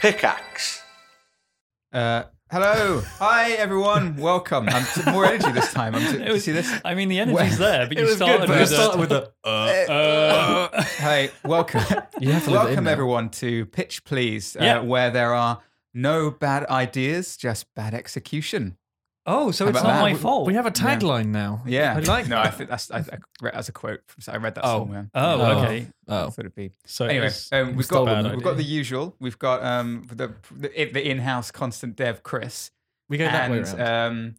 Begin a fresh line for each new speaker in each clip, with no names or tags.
Pickaxe.
Uh, hello, hi everyone, welcome. I'm t- more energy this time. I'm t-
It was,
see this?
I mean, the energy's there, but you started
but it
with,
started
a,
with a.
uh,
Hey, welcome,
You have to leave it in
welcome
there.
everyone to Pitch Please, uh,
Yeah.
where there are no bad ideas, just bad execution.
oh, so
How
it's
about
not
that?
my
We-
fault.
We have a tagline now.
Yeah,
I like
No,
that.
I think that's I, I read, that's a quote. From, I read that
Oh.
somewhere.
oh,
Oh.
okay.
I
Oh,
thought it'd be
So
anyway.
it's-
Um, we've
still
got
a bad
we've got the
idea.
usual. We've got um the the, the in-house constant dev Chris.
we go that way
and
around.
um,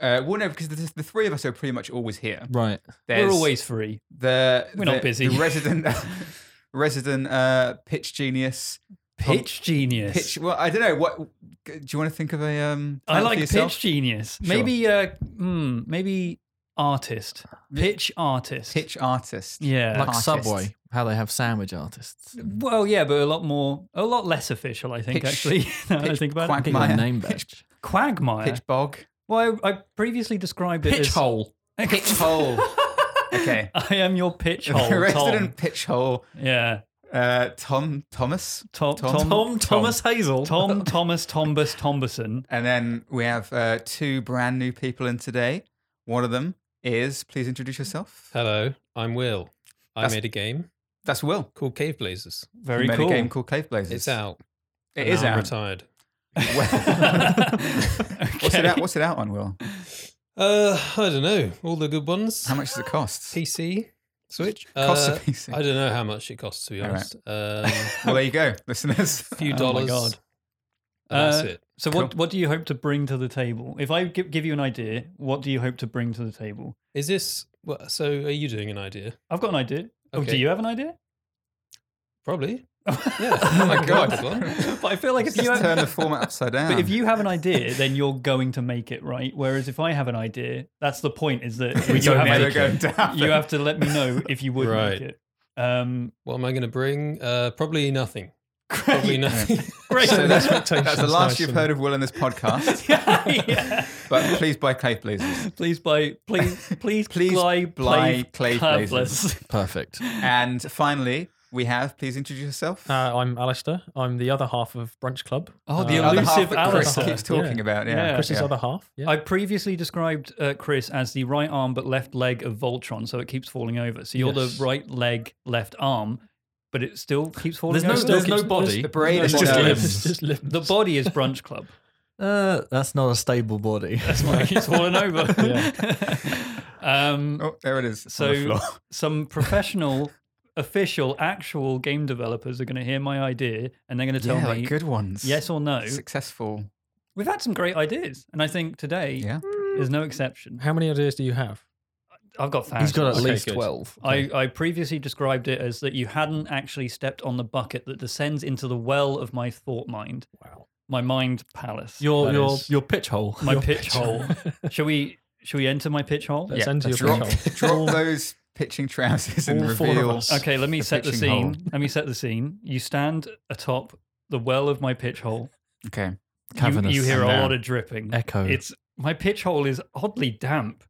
uh, well, no, because the, the three of us are pretty much always here.
right.
we're
There's
always free.
the
we're
the,
not busy.
The resident resident uh, pitch genius.
Pitch genius.
Pitch. Well, I don't know. What do you want to think of a um?
I
title
like
for
pitch
yourself?
genius. Maybe, uh, hmm, maybe artist. Pitch artist.
Pitch artist.
Yeah.
Like
artist.
Subway, how they have sandwich artists.
well, yeah, but a lot more, a lot less official, I think,
Pitch-
actually. now that I
pitch
think about
quack-
it.
Get your
Maya.
name badge.
Quagmire.
Pitch bog.
Well, I, I previously described it
Pitch
as.
hole.
Pitch hole. Okay.
I am your pitch hole.
The
Tom.
resident pitch hole.
Yeah.
Uh, Tom Thomas,
Tom,
Tom-
Tom, Tom,
Thomas Hazel.
Tom Thomas Tombus Tomberson.
and then we have uh, two brand new people in today. One of them is please introduce yourself.
Hello, I'm Will. I
That's-
made a game
That's Will.
called Cave Blazers.
Very
made
cool.
a game called Cave Blazers.
It's out.
It
and
is
I'm
out.
retired.
What's it
Okay.
out? What's it out on, Will?
Uh, I don't know. All the good ones.
How much does it cost?
PC, Switch.
Costs
Uh,
a piece.
I don't know how much it costs to be
All right.
honest. Um, a
Well, there you go, listeners.
few
Oh my
dollars.
God.
and
Uh,
that's it.
So what what do you hope to bring to the table? If I gi- give you an idea, what do you hope to bring to the table?
Is this? Well, so are you doing an idea?
I've got an idea. Oh, do
Okay.
you have an idea?
Probably. Yeah.
Oh my
I've
god!
got one.
But I feel like if
Just
you
turn
have,
the format upside down.
but if you have an idea, then you're going to make it, right? Whereas if I have an idea, that's the point. Is that
we
you,
don't
have,
never
to-
go down.
you have to let me know if you would make
Right.
it. Um,
What am I going to bring? Uh, probably nothing. Probably
great.
nothing.
Great.
So that's, that's the
Expectations,
last
nice
you've
and-
heard of Will in this podcast.
yeah.
But please buy Cave Blazers.
Please buy, please, please,
Please
buy,
buy clay
tablets.
blazers.
Perfect.
And finally, we have. Please introduce yourself.
Uh, I'm Alistair. I'm the other half of Brunch Club.
Oh,
The
the
Uh,
other half
elusive
that Chris
Alistair.
keeps talking
Yeah.
about. Yeah,
Yeah.
Chris's
yeah.
other half.
Uh,
Yeah.
I previously described uh, Chris as the right arm but left leg of Voltron, so it keeps falling over. So you're
Yes.
the right leg, left arm, but it still keeps falling
There's no,
over.
there's no
keeps-
body.
The brain
It's
is
just
no.
limbs. It's just limbs.
the body is Brunch Club.
Uh, that's not a stable body.
That's why it keeps falling over. um,
Oh, there it is. on
So-
the floor.
some professional, official, actual game developers are going to hear my idea and they're going to tell
yeah,
me
like good ones.
yes or no.
Successful.
We've had some great ideas, and I think today
Yeah.
is no exception.
How many ideas do you have?
I've got
He's
thousands.
got at
Okay,
least
good.
12.
I, I previously described it as that you hadn't actually stepped on the bucket that descends into the well of my thought mind.
Wow.
My mind palace.
Your,
That
your,
is-
your pitch hole.
my pitch hole. shall we shall we enter my pitch hole?
Let's enter your
drop,
pitch hole.
drop those pitching trousers and
All four of
reveal.
us.
Okay, let me
The
set the
pitching hole.
scene. Let me set the scene. You stand atop the well of my pitch hole.
Okay.
You,
Cavernous.
you hear a
And, uh,
lot of dripping.
Echo.
It's my pitch hole is oddly damp,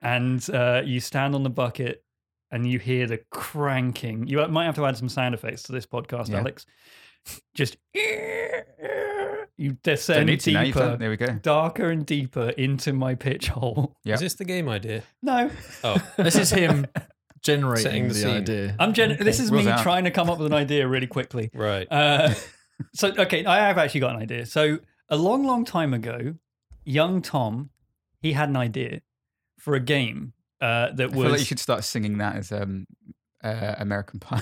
and uh, you stand on the bucket and you hear the cranking. You might have to add some sound effects to this podcast,
Yeah.
Alex. Just you
Don't
descend
need to. Now you've done.
deeper,
it. There we go.
darker and deeper into my pitch hole.
Yeah.
Is this the game idea?
No,
Oh,
This is him generating
Setting
the,
the scene.
idea.
I'm gen- this is me
Will's out.
trying to come up with an idea really quickly.
right.
Uh, so okay, I have actually got an idea. So a long, long time ago, young Tom, he had an idea for a game uh, that
I
was.
feel like you should start singing that as um, uh, American Pie.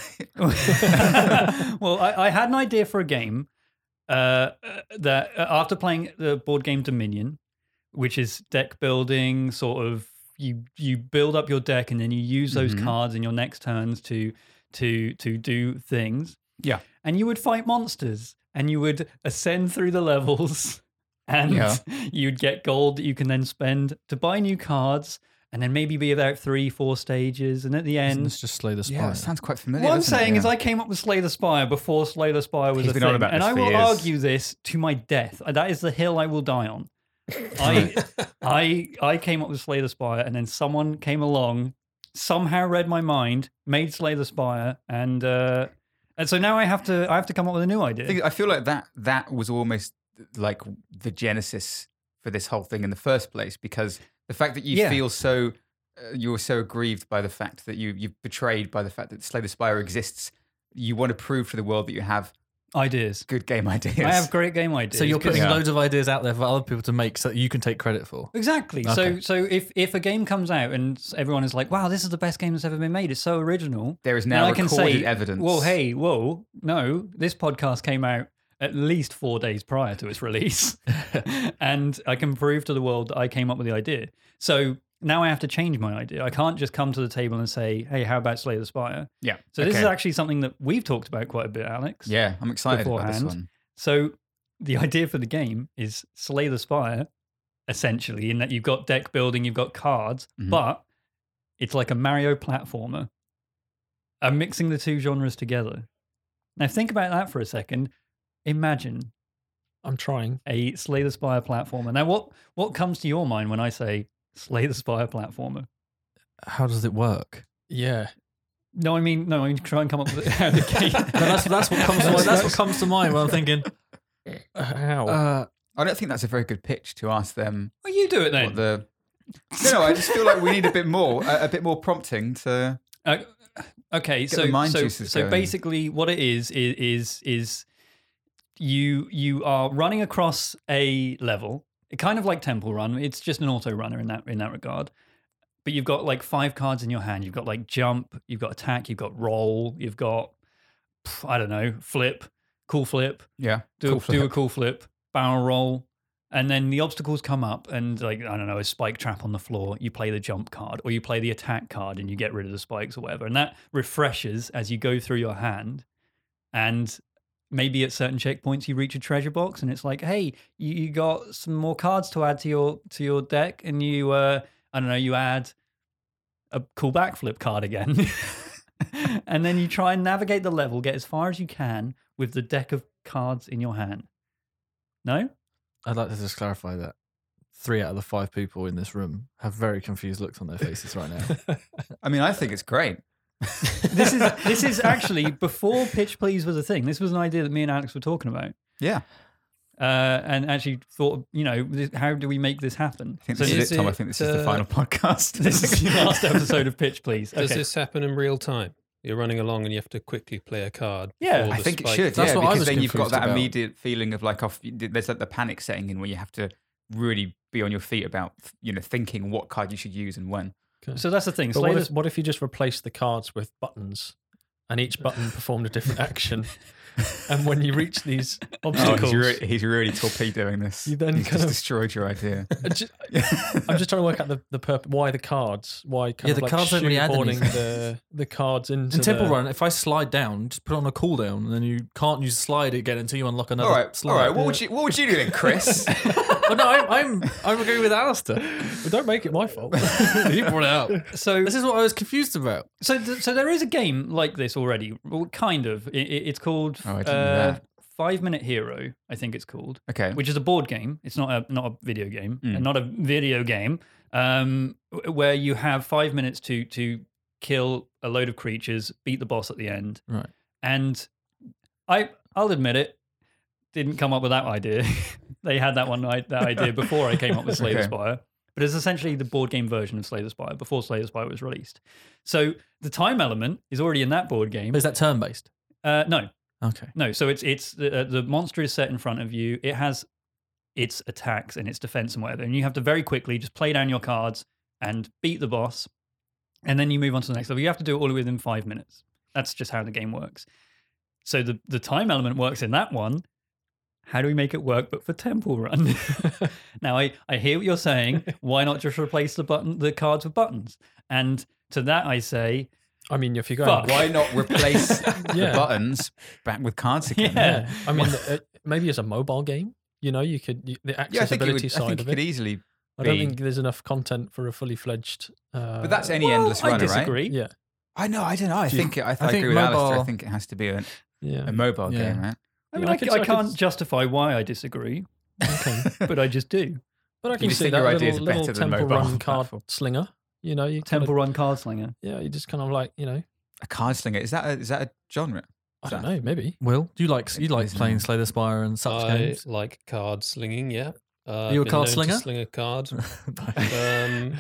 well, I, I had an idea for a game uh, uh, that uh, after playing the board game Dominion, which is deck building, sort of you you build up your deck and then you use those
Mhm.
cards in your next turns to to to do things.
Yeah.
and you would fight monsters and you would ascend through the levels. And
Yeah.
you'd get gold that you can then spend to buy new cards, and then maybe be about three, four stages. And at the
Doesn't
end,
this just slay the spire.
yeah, it sounds quite familiar.
what I'm
doesn't it?
saying
Yeah.
is, I came up with Slay the Spire before Slay the Spire was
He's
a
been
thing,
on about
and
this
I
for
will
years.
argue this to my death. That is the hill I will die on. I, I, I came up with Slay the Spire, and then someone came along, somehow read my mind, made Slay the Spire, and uh, And so now I have to I have to come up with a new idea.
I, think, I feel like that that was almost like the genesis for this whole thing in the first place because the fact that you
Yeah.
feel so uh, you're so aggrieved by the fact that you you're betrayed by the fact that Slay the Spire exists. You want to prove to the world that you have
ideas.
good game ideas.
I have great game ideas.
So you're
'cause-
putting
Yeah.
loads of ideas out there for other people to make so that you can take credit for.
Exactly. So
Okay.
so if if a game comes out and everyone is like, "Wow, this is the best game that's ever been made. It's so original."
there is
Now
now
I can
recorded
say,
evidence.
Well, hey, whoa, no, this podcast came out at least 4 days prior to its release. and I can prove to the world that I came up with the idea. So now I have to change my idea. I can't just come to the table and say, "Hey, how about Slay the Spire?"
yeah.
So this
okay.
is actually something that we've talked about quite a bit, Alex.
yeah. I'm excited about this
beforehand.
one.
So the idea for the game is slay the spire, essentially, in that you've got deck building, you've got cards,
Mhm.
but it's like a Mario platformer. I'm mixing the two genres together. Now think about that for a second. Imagine
I'm trying.
a slay the spire platformer. Now what what comes to your mind when I say slay the spire platformer?
How does it work?
Yeah.
No, I mean no, I mean try and come up with how the game.
No, that's that's what comes to mind. That's what comes to mind when I'm thinking.
Uh, How?
Uh,
I don't think that's a very good pitch to ask them
Well, you do it then.
what the. No, no, I just feel like we need a bit more, a, a bit more prompting to.
Uh, okay,
Get
so
the mind
so,
juices
so
going.
basically, what it is is is is you you are running across a level, kind of like Temple Run. It's just an auto runner in that in that regard. But you've got like five cards in your hand. You've got like jump, you've got attack, you've got roll, you've got pff, I don't know, flip, cool flip,
Yeah.
do
cool
a,
for
do
that.
a cool flip, barrel roll, and then the obstacles come up, and like I don't know, a spike trap on the floor. You play the jump card, or you play the attack card, and you get rid of the spikes or whatever, and that refreshes as you go through your hand, and. Maybe at certain checkpoints you reach a treasure box and it's like, hey, you, you got some more cards to add to your to your deck, and you, uh, I don't know, you add a cool backflip card again, and then you try and navigate the level, get as far as you can, with the deck of cards in your hand. No?
I'd like to just clarify that three out of the five people in this room have very confused looks on their faces right now.
I mean, I think it's great.
This is this is actually before Pitch Please was a thing. This was an idea that me and Alex were talking about.
Yeah.
Uh, and actually thought, you know, this- how do we make this happen?
I think
So
this is,
is
it, Tom. I
it,
think this is the
uh,
final podcast.
this is the last episode of Pitch Please.
Does
Okay.
this happen in real time? You're running along and you have to quickly play a card.
Yeah,
before
I
the
think it
spike-
should.
That's
yeah,
what I
because
was
then you've got
confused
that
about.
immediate feeling of like off. There's like the panic setting in where you have to really be on your feet about you know thinking what card you should use and when.
so that's the thing.
But
Slay
what
the
if, what if you just replace the cards with buttons and each button performed a different action? and when you reach these
Oh,
obstacles,
Oh, he's, re- he's really torpedoing this.
You then
he's
kind
just
of-
destroyed your idea.
I ju- I'm just trying to work out the, the purpose, why the cards, why kind
Yeah,
of
the
like
cards don't really add
shoehorning
anything.
the, the cards into
In Temple
the,
Run, if I slide down, just put on a cooldown, and then you can't use slide again until you unlock another
all right, all
slide.
right. What would you What would you do then, Chris?
Oh, no, I'm, I'm, I'm agreeing with Alistair.
Well, don't make it my fault.
you brought it up.
so
This is what I was confused about.
so th- so there is a game like this already, well, kind of. It, it, it's called
Oh, I didn't know
uh,
that.
Five Minute Hero, I think it's called.
okay.
which is a board game. It's not a not a video game,
Mm.
and not a video game um, w- where you have five minutes to to kill a load of creatures, beat the boss at the end.
Right.
And I I'll admit it, didn't come up with that idea. they had that one i- that idea before I came up with Slay the
Okay.
Spire. But it's essentially the board game version of Slay the Spire before Slay the Spire was released. So the time element is already in that board game.
Is that turn based?
Uh, no,
Okay.
no, so it's it's the, uh, the monster is set in front of you. It has its attacks and its defense and whatever, and you have to very quickly just play down your cards and beat the boss, and then you move on to the next level. You have to do it all within five minutes. That's just how the game works. So the the time element works in that one. How do we make it work but for Temple Run? now I, I hear what you're saying. Why not just replace the button the cards with buttons? And to that I say,
I mean, if you go,
Fuck.
Why not replace the
Yeah.
buttons back with cards again?
Yeah.
yeah, I mean, uh, maybe as a mobile game, you know, you could you, the
Yeah, I think
accessibility
it would, I
side
think it
of it.
could easily.
I don't
be-
think there's enough content for a fully fledged. Uh,
But that's any
well,
endless
I
runner, right?
disagree.
yeah,
I know. I don't know. I
Do you-
think it, I, I,
think
agree with Alistair. I
mobile-
think it has to be a,
yeah.
a mobile
Yeah.
game, right?
I mean,
Yeah, I
I,
could-
I
I could
can't
s-
justify why I disagree,
Okay.
but I just do.
But I
You
can
just
see
think
that
your
little,
ideas are
little
better than
temple
mobile
run card
platform.
slinger. You know, you kind
Temple
of,
Run Card Slinger.
yeah, you just kind of like you know,
A card slinger is that a, is that a genre?
I don't know. Maybe
Will, do you like you like
Isn't it?
playing Slay the Spire and such
I
games?
like card slinging. Yeah. Uh,
Are you a
been
card
known to
slinger?
Sling a card.
Nice.
Um,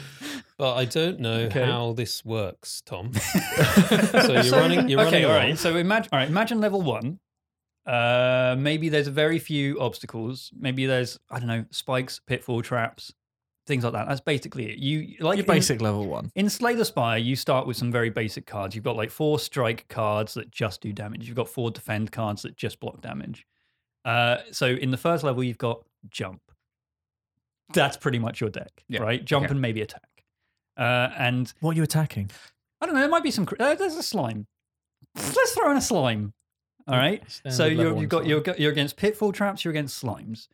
but I don't know
Okay.
how this works, Tom. so you're running. You're
okay,
running.
all
along.
right. So imagine, all right, imagine level one. Uh, maybe there's very few obstacles. Maybe there's I don't know spikes, pitfall traps, things like that. That's basically it. You like
Your
in-
basic level one.
In Slay the Spire, you start with some very basic cards. You've got like four strike cards that just do damage. You've got four defend cards that just block damage. Uh, so in the first level, you've got jump. That's pretty much your deck,
Yeah,
right? Jump
okay.
and maybe attack. Uh, and
What are you attacking?
I don't know, there might be some. cr- Uh, there's a slime. Let's throw in a slime. All right. so
Standard
you're,
level
you've
one
got you're, go- you're against pitfall traps. You're against slimes.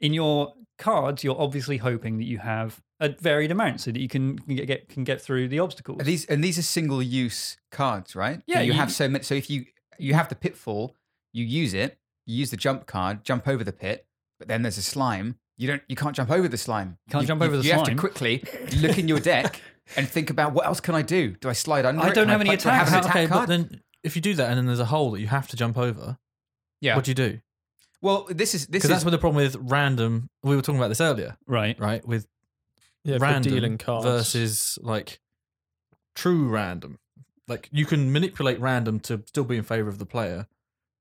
In your cards, you're obviously hoping that you have a varied amount so that you can, can get, get can get through the obstacles.
Are these and these are single use cards, right?
Yeah,
You,
you-
have so many. So if you you have the pitfall, you use it. You use the jump card, jump over the pit, but then there's a slime. You don't. You can't jump over the slime.
Can't
You-
jump
you-
over the
You have to
slime.
quickly look in your deck and think about what else can I do. Do I slide under?
I
it?
don't
Can
have any
pla- do I have an
attacks.
attack
okay, but
card?
then if you do that and then there's a hole that you have to jump over,
yeah.
what do you do?
well, this is this
Because
is
that's where the problem with random. We were talking about this earlier,
Right.
right? With
yeah, for
random
dealing cards
versus like true random. Like you can manipulate random to still be in favor of the player.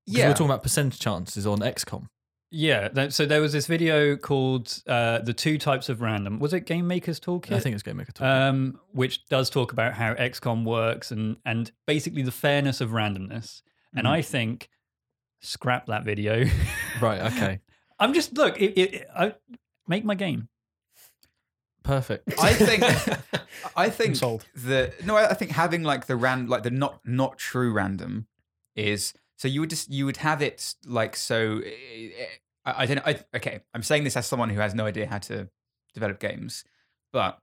'Cause
yeah.
we were talking about percent chances on XCOM.
Yeah. That, so there was this video called uh, "The Two Types of Random." Was it Game Maker's Toolkit?
I think it's Game Maker Talk.
um, which does talk about how XCOM works and and basically the fairness of randomness. And I think scrap that video.
right. Okay.
I'm just look. It, it, it- I make my game.
Perfect.
I think I think
sold.
the no, I I think having like the ran like the not not true random is so you would just you would have it like so. eh, I, I don't know. I, okay, I'm saying this as someone who has no idea how to develop games, but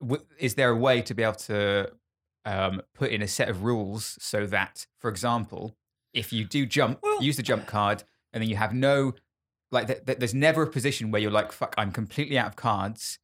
w- is there a way to be able to um, put in a set of rules so that, for example, if you do jump,
Well-
use the jump card, and then you have no like th- th- there's never a position where you're like fuck i'm completely out of cards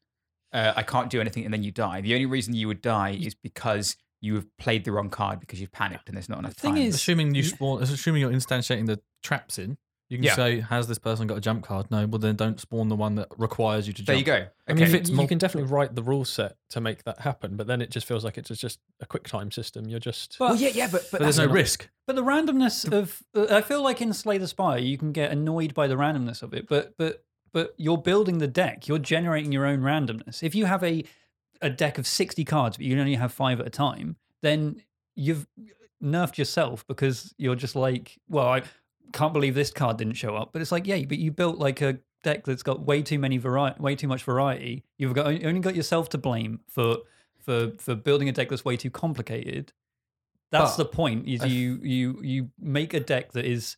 uh, i can't do anything and then you die the only reason you would die is because you have played the wrong card because you've panicked and there's not enough
thing
time
is-
assuming you spawn, assuming you're instantiating the traps in, you can
Yeah.
say, "Has this person got a jump card?" No. Well, then don't spawn the one that requires you to jump.
there you go
I
Okay.
mean,
If it's
you
mul-
can definitely write the rule set to make that happen, but then it just feels like it's just a quick time system. You're just
But,
well yeah yeah but, but,
But there's no
that's-
risk.
but the randomness of uh, I feel like in Slay the Spire you can get annoyed by the randomness of it, but but but you're building the deck. You're generating your own randomness. If you have a a deck of 60 cards, but you only have five at a time, then you've nerfed yourself because you're just like, well, I can't believe this card didn't show up. But it's like, yeah, but you built like a deck that's got way too many variety, way too much variety. You've got you only got yourself to blame for for for building a deck that's way too complicated. That's
But
the point. Is
I f-
you you you make a deck that is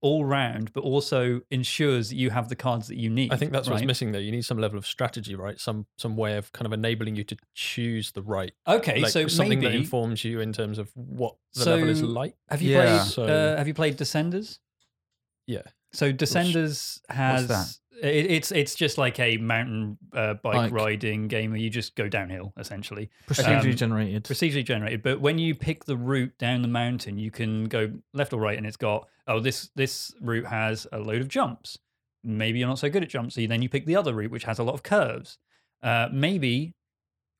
all round, but also ensures that you have the cards that you need.
I think that's what's
right?
missing there. You need some level of strategy, right? Some some way of kind of enabling you to choose the right,
Okay,
like,
so
something
maybe
that informs you in terms of what the level is
So-
like.
Have you
Yeah.
played?
So-
uh, have you played Descenders?
Yeah.
So Descenders has It, it's it's just like a mountain uh, bike
Bike.
riding game where you just go downhill essentially,
Procedurally
Um,
generated.
procedurally generated. But when you pick the route down the mountain, you can go left or right, and it's got oh this this route has a load of jumps. Maybe you're not so good at jumps, so you- then you pick the other route which has a lot of curves. Uh, maybe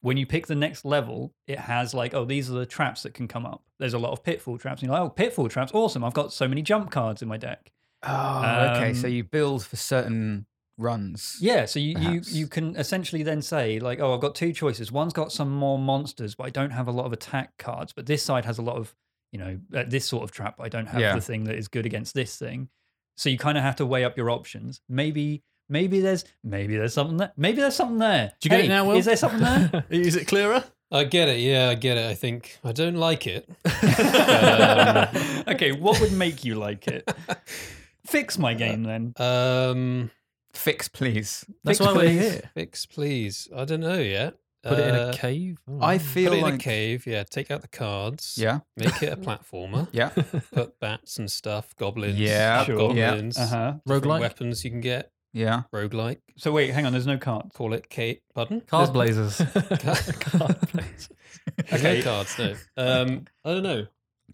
when you pick the next level, it has like, oh, these are the traps that can come up. There's a lot of pitfall traps. And you're like, oh, pitfall traps, awesome. I've got so many jump cards in my deck.
oh okay so
Um,
you build for certain runs
Yeah, so you, you
Perhaps.
you can essentially then say, like, oh, I've got two choices. One's got some more monsters, but I don't have a lot of attack cards. But this side has a lot of, you know, uh, this sort of trap. But I don't have
Yeah.
the thing that is good against this thing. So you kind of have to weigh up your options. Maybe maybe there's maybe there's something there. Maybe there's something there.
Do you get it
Hey,
now, Will?
Is there something there?
Is it clearer?
I get it. Yeah, I get it. I think I don't like it.
okay, what would make you like it? Fix my game then.
Um,
fix please
That's
Fix
why we're
please.
here.
fix, please. I don't know yet.
Put it in
Uh,
a cave. Oh,
i
right.
feel
put it in a
like
cave. Yeah, take out the cards.
yeah
make it a platformer.
yeah
Put bats and stuff, goblins.
Yeah,
Sure.
yeah.
goblins.
Uh-huh.
different
Roguelike.
Weapons you can get.
yeah
Roguelike.
So wait, hang on, there's no cards.
Call it Kate Button.
Card blazers.
okay. No cards, no. Um, I don't know.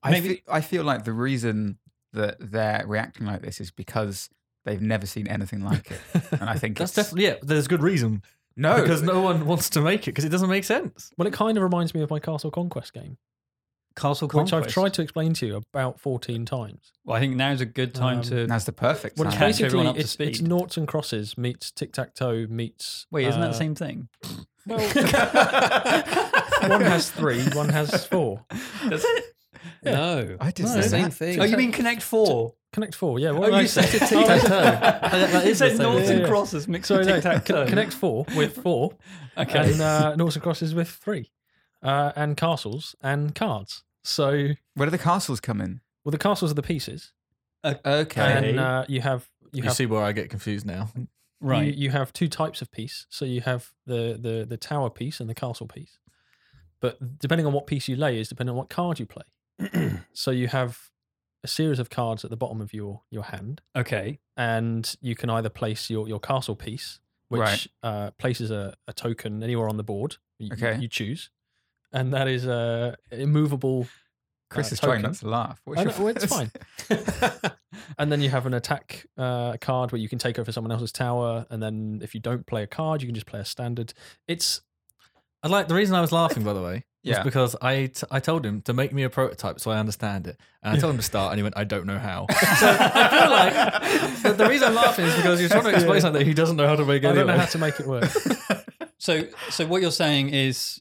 I,
Maybe-
feel, I feel like the reason that they're reacting like this is because they've never seen anything like it. And I Oh. think
That's
it's-
definitely yeah. There's good reason
no
because no one wants to make it because it doesn't make sense.
Well, it kind of reminds me of my Castle Conquest game,
Castle
which
Conquest.
I've tried to explain to you about 14 times.
Well, I think now's a good time
Um,
to.
That's the perfect
Well,
time.
it's
Catch
basically
everyone up to
it's, it's
speed.
noughts and crosses meets tic tac toe meets.
Wait, isn't that
uh,
the same thing? Oh,
One has three, one has four.
No.
I did
it's
say
the same
that.
thing.
Oh, you mean Connect Four?
Connect four, yeah. What
Oh,
did I
you
say?
said tic
Oh,
tac
Oh, that- that
toe. You
is the
said
same
noughts
thing.
and crosses mixed
Sorry,
with
no.
tic tac toe.
Connect four with four,
Okay.
and uh, noughts and crosses with three, uh, and castles and cards. So,
Where do the castles come in?
well, the castles are the pieces,
Okay.
and uh, you have you
You,
have
see where I get confused now.
right.
You, you have two types of piece. So you have the, the the tower piece and the castle piece. But depending on what piece you lay is depending on what card you play. so you have a series of cards at the bottom of your your hand,
okay.
and you can either place your your castle piece, which
Right.
uh, places a, a token anywhere on the board. You,
Okay.
You choose, and that is a immovable.
Chris
uh,
is trying
token.
not to laugh. What's
Oh,
your
no, it's
first-
fine. And then you have an attack uh, card where you can take over someone else's tower. And then if you don't play a card, you can just play a standard. It's
I like the reason I was laughing, by the way, was
Yeah.
because I, t- I told him to make me a prototype so I understand it, and I told him to start, and he went, "I don't know how." so I feel like the, the reason I'm laughing is because you're trying to explain something he doesn't know how to make.
I don't know
anyway.
how to make it work.
So, so what you're saying is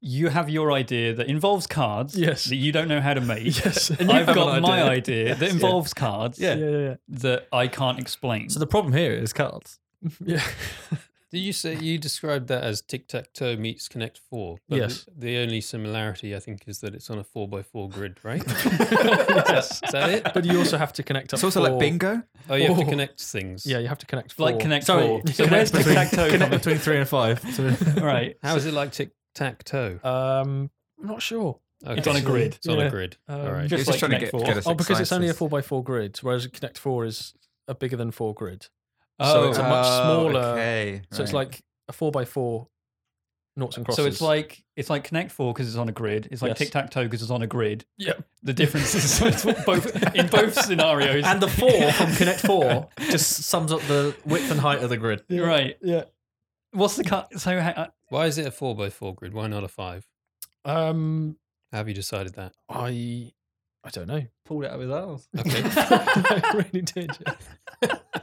you have your idea that involves cards
Yes.
that you don't know how to make.
Yes.
And I've
have
got
an
my
idea.
idea that involves cards
Yeah.
yeah,
that I can't explain.
So the problem here is cards.
yeah.
Did you say you described that as tic tac toe meets Connect Four? But
Yes.
The, the only similarity I think is that it's on a four by four grid, right?
yes.
Is that it?
But you also have to connect up.
It's also
four-
like bingo.
Oh, you have to
Oh.
connect things.
Yeah, you have to connect. Four.
like Connect
Sorry,
Four. So
connect
where's tic
between-
tac toe?
Connect between three and five. So
Right.
How is it like tic tac toe?
Um, I'm not sure.
It's on a grid.
It's on
Yeah.
a grid. All right.
You're
Just
just
like
trying to
Connect
get,
Four.
get us
oh, because it's only a
excited.
four by four grid, whereas Connect Four is a bigger than four grid.
Oh,
so it's a much
Oh,
smaller.
Okay.
So it's
right.
like a four by four, noughts and crosses.
So it's like it's like Connect Four because it's on a grid. It's like
Yes.
tic tac toe because it's on a grid.
Yep.
The difference is it's both in both scenarios.
and the four from Connect Four just sums up the width and height of the grid.
right. Yeah. What's the cut? So ha-
Why is it a four by four grid? Why not a five?
um,
How have you decided that?
I I don't know.
Pulled it out of his arse.
I really did. yeah.
uh,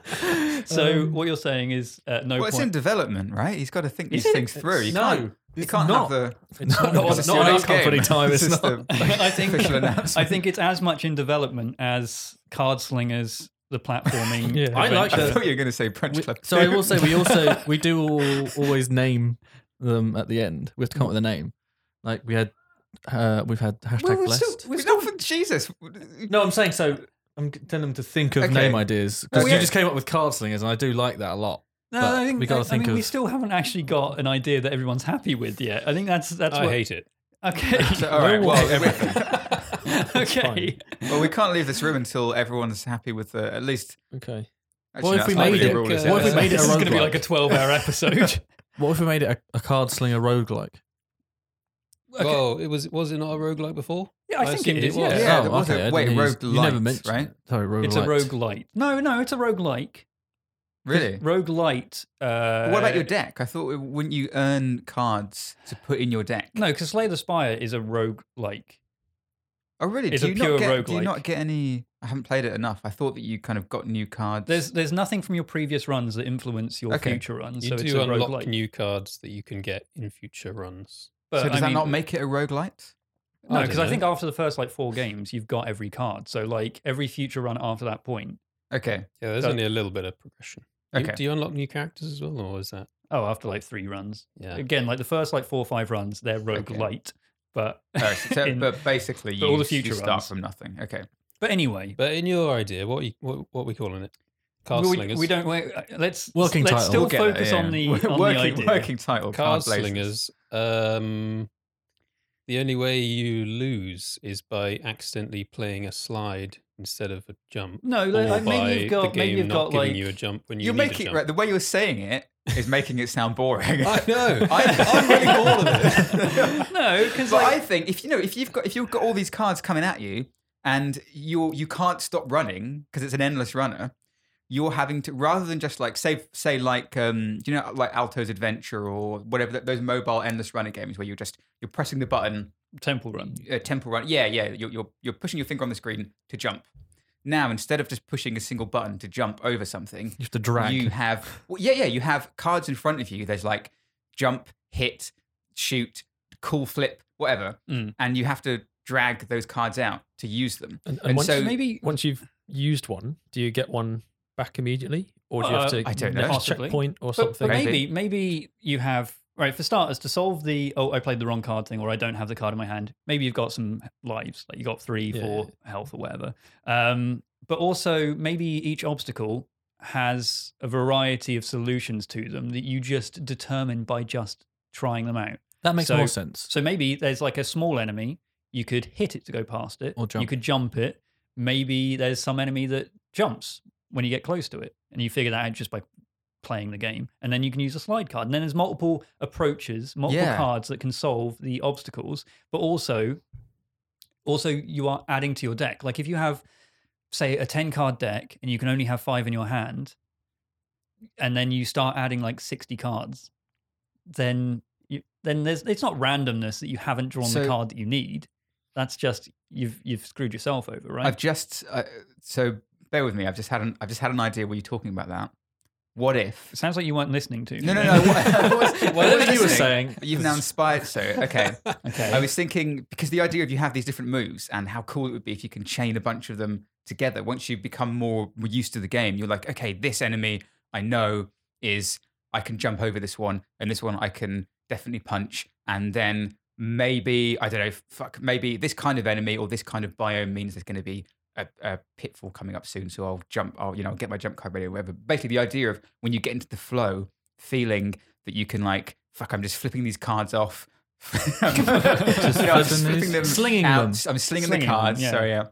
so
Um,
what you're saying is uh, no
Well, it's in
point.
development, right? He's got to think these
Is it?
things through. You
No,
can't, you can't have
not.
the.
It's
No,
not,
no,
because
it's
it's
not
your
on our
next
company
game.
time,
This
it's
is the
I think
official announcement.
I think it's as much in development as card slingers, the platforming.
Yeah.
I like
adventure.
I
the-
thought you were going to say Punch
We-
Club.
so I
2.
will say we also we do all, always name them at the end. We have to come up with a name. Like we had, uh, we've had
Well,
hashtag
we're
blessed.
still- we're not for Jesus.
no, I'm saying so. I'm telling them to think of
Okay.
name ideas because
Well,
you
yeah.
just came up with card slingers, and I do like that a lot.
No,
but
I think
we gotta
I,
think
I mean, we
of-
still haven't actually got an idea that everyone's happy with yet. I think that's that's
I
what.
hate it.
Okay.
So, all right. Well, we-
okay.
well, we can't leave this room until everyone's happy with the at least.
Okay.
Actually,
if
that's
we
not
made
really
it-
a
uh,
rule, is
what if we
it?
made
it a
This is going to be
roguelike?
like a 12 hour episode.
What if we made it a, a card slinger roguelike?
Well, it was was it not a roguelike before?
yeah, I, think
assumed
it is.
was.
Yeah.
Yeah, there was
Oh, okay,
a-
I didn't
wait,
know you- You never
roguelite,
mentioned
Oh, right?
it. Sorry, roguelite.
It's a roguelite. No, no, it's a roguelike.
Really?
Roguelite. Uh,
What about your deck? I thought, wouldn't you earn cards to put in your deck?
No, because Slay the Spire is a roguelike.
Oh, really?
It's
do
a
you
pure
not get, Do you
roguelike.
not get any? I haven't played it enough. I thought that you kind of got new cards.
There's there's nothing from your previous runs that influence your
Okay.
future runs.
You
so it's
do
a
unlock
roguelike.
new cards that you can get in future runs.
but
so does
I
that
mean,
not make it a roguelite?
No,
I
because
don't
I think
know.
after the first like four games, you've got every card. So like every future run after that point.
Okay.
Yeah, there's
Uh,
only a little bit of progression. You-
Okay.
do you unlock new characters as well, or is that?
Oh, after like three runs.
Yeah.
Again, like the first like four or five runs, they're roguelite. But
Alright, so- so-
in-
but basically,
but
you,
all the
s- you
future
start
ones.
from nothing. Okay.
but anyway,
But in your idea, what are you, what, what are we calling it? Card
we,
slingers.
we don't wait, let's
Working
let's
title.
still
We'll
get there,
focus
yeah.
on the on the
working,
idea.
working title.
card
blazers.
slingers. Um, the only way you lose is by accidentally playing a slide instead of a jump.
No,
or
like, like,
by
maybe you've got
the game
maybe you've
not
got
giving
like
you a jump when you
You're
need a
making
jump.
right, the way you're saying it is making it sound boring.
I know.
I, I'm really bored of it.
no, because
But I
like
think if you know if you've got if you've got all these cards coming at you and you you can't stop running because it's an endless runner. You're having to rather than just like say say like um you know like Alto's Adventure or whatever th- those mobile endless runner games where you're just you're pressing the button
Temple Run.
uh, temple run yeah yeah you're, you're you're pushing your finger on the screen to jump. Now instead of just pushing a single button to jump over something,
You have to drag.
you have well, yeah, yeah. You have cards in front of you. There's like jump, hit, shoot, cool flip, whatever,
Mm.
and you have to drag those cards out to use them.
And, and
And
once,
so-
maybe once you've used one, do you get one back immediately, or do you
Uh,
have to
I don't
make
know.
a
Possibly.
checkpoint or
But,
something?
but
Maybe.
maybe maybe you have right for starters to solve the oh I played the wrong card thing or I don't have the card in my hand. Maybe you've got some lives like you got three,
Yeah.
four health or whatever. Um, but also maybe each obstacle has a variety of solutions to them that you just determine by just trying them out.
that makes
so-
more sense.
So maybe there's like a small enemy. You could hit it to go past it.
Or jump.
You could jump it. Maybe there's some enemy that jumps when you get close to it. And you figure that out just by playing the game. And then you can use a slide card. And then there's multiple approaches, multiple
Yeah.
cards that can solve the obstacles. But also, also you are adding to your deck. Like if you have, say, a 10 card deck and you can only have five in your hand, and then you start adding like 60 cards, then you, then there's it's not randomness that you haven't drawn
So-
the card that you need. That's just you've you've screwed yourself over, right?
I've just uh, so bear with me. I've just had an I've just had an idea. Were you talking about that? What if?
it sounds like you weren't listening to me.
No, no, no. What, what's- what
Whatever
was
you were
listening?
saying.
You've now inspired. So okay.
okay.
I was thinking because the idea of you have these different moves and how cool it would be if you can chain a bunch of them together. Once you become more used to the game, you're like, okay, this enemy I know is I can jump over this one, and this one I can definitely punch, and then maybe I don't know, fuck, maybe this kind of enemy or this kind of biome means there's going to be a, a pitfall coming up soon, so I'll jump, I'll you know, get my jump card ready or whatever. Basically, the idea of when you get into the flow, feeling that you can like, fuck, I'm just flipping these cards off. I'm, you know, I'm just
flipping
flipping
these-
them
slinging
out.
them.
I'm slinging,
Slinging
the
them,
cards.
yeah.
Sorry, yeah.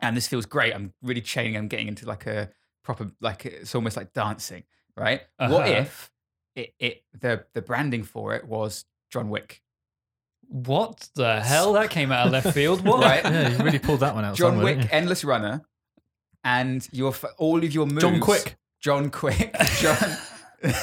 And this feels great. I'm really chaining. I'm getting into like a proper, like it's almost like dancing, right? What
Uh-huh.
if it, it the the branding for it was John Wick,
What the hell? That came out of left field. What?
right?
yeah, you really pulled that one out.
John
somewhere,
Wick,
didn't
Endless Runner, and your f- all of your moves.
you? John Quick.
John Quick. John.
John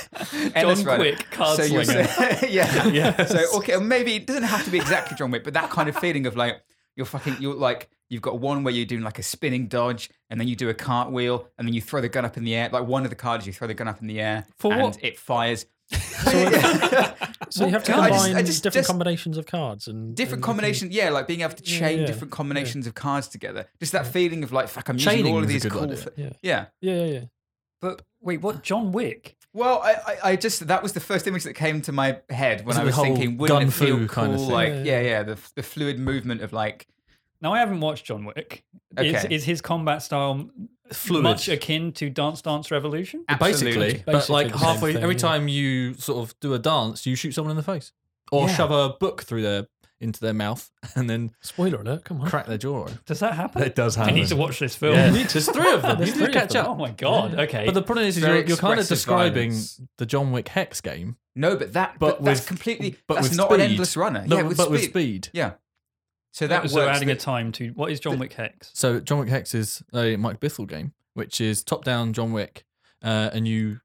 Endless Runner.
Quick, card
So you
slinger.
yeah.
Yes.
So okay, maybe it doesn't have to be exactly John Wick, but that kind of feeling of like you're fucking you're like you've got one where you're doing like a spinning dodge and then you do a cartwheel and then you throw the gun up in the air. Like one of the cards you throw the gun up in the air
For
and
what?
it fires.
so you have to
I
combine
just- I just-
different
just-
combinations of cards and and you can-
different combinations yeah like being able to
Yeah,
chain
yeah,
different combinations of cards together just that feeling of like fuck i'm
Chaining
using all of
was a
these
good
cool
idea.
thi-
Yeah.
yeah
Yeah, yeah, yeah.
But wait, what? John Wick?
well I, I i just that was the first image that came to my head when
So
i
the
was
whole
thinking wouldn't
gun
it feel
fu
cool
kind of thing.
like
Yeah,
yeah yeah the, the fluid movement of like
Now I haven't watched John Wick. Is,
Okay.
is his combat style
Fluid.
much akin to Dance Dance Revolution?
absolute-
Basically, but
Basically
like
the same
halfway,
thing,
every
yeah.
time you sort of do a dance, you shoot someone in the face or shove a book through their into their mouth and then
Spoiler alert! Come on.
crack their jaw. open.
Does that happen?
It does
I need to
happen.
watch this film.
Yeah. There's three of them.
There's
You
three
need to
of
catch
them.
Oh
up.
my god.
Yeah.
Okay.
But the problem is, is
Very
you're, you're kind of
expressive
describing
violence.
the John Wick Hex game,
no but that
But
but, that's
with-
completely
but
that's
with
not an
speed.
endless runner
no,
yeah with
but
speed.
with speed.
yeah so that
so
works
adding a
that-
time to what is John Wick Hex?
So John Wick Hex is a Mike Bithell game, which is top-down John Wick, uh, and you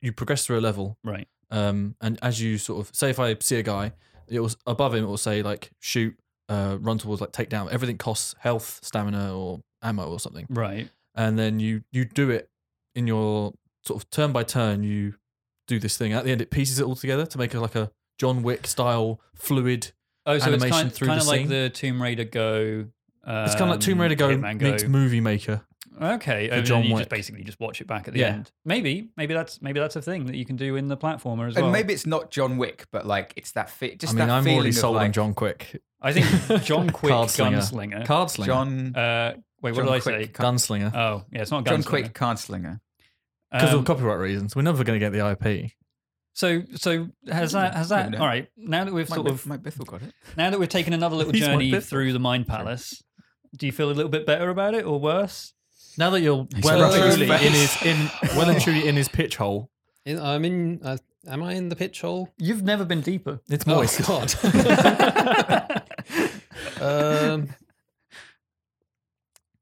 you progress through a level,
Right.
um, and as you sort of say, if I see a guy, it will above him, it will say like shoot, uh, run towards, like take down. Everything costs health, stamina, or ammo or something,
Right.
and then you you do it in your sort of turn by turn. You do this thing. At the end, it pieces it all together to make a, like a John Wick style fluid.
Oh, so
Animation
it's kind,
through
kind
the
of like
scene.
the Tomb Raider Go.
It's kind of like Tomb Raider
um,
Go
Hitman
meets Movie Maker.
Okay,
for
and
John
then you
Wick.
just basically just watch it back at the
Yeah.
end. Maybe, maybe that's maybe that's a thing that you can do in the platformer as well.
and maybe it's not John Wick, but like it's that fit. Just
I mean,
that
I'm
feeling
already
of
sold on
like
John Quick.
I think John Quick
Card slinger.
Gunslinger.
Card slinger.
John
uh, wait, what
John
did I
Quick.
say?
Gunslinger.
Oh, yeah, it's not Gunslinger.
John Quick card slinger.
Because
Um,
of copyright reasons, we're never going to get the IP.
so, so has that has
Maybe
that?
not.
All right, now that we've
Mike,
sort
Bith-
of
Mike Bithell got it.
now that we've taken another little
He's my
journey
bit-
through the Mind Palace, do you feel a little bit better about it or worse?
Now that you're
He's
well and
rubbing
truly
his
in his
face.
in well and truly in his pitch hole,
In- I'm in. Uh, am I in the pitch hole?
You've never been deeper.
it's
Oh
moist.
God. um,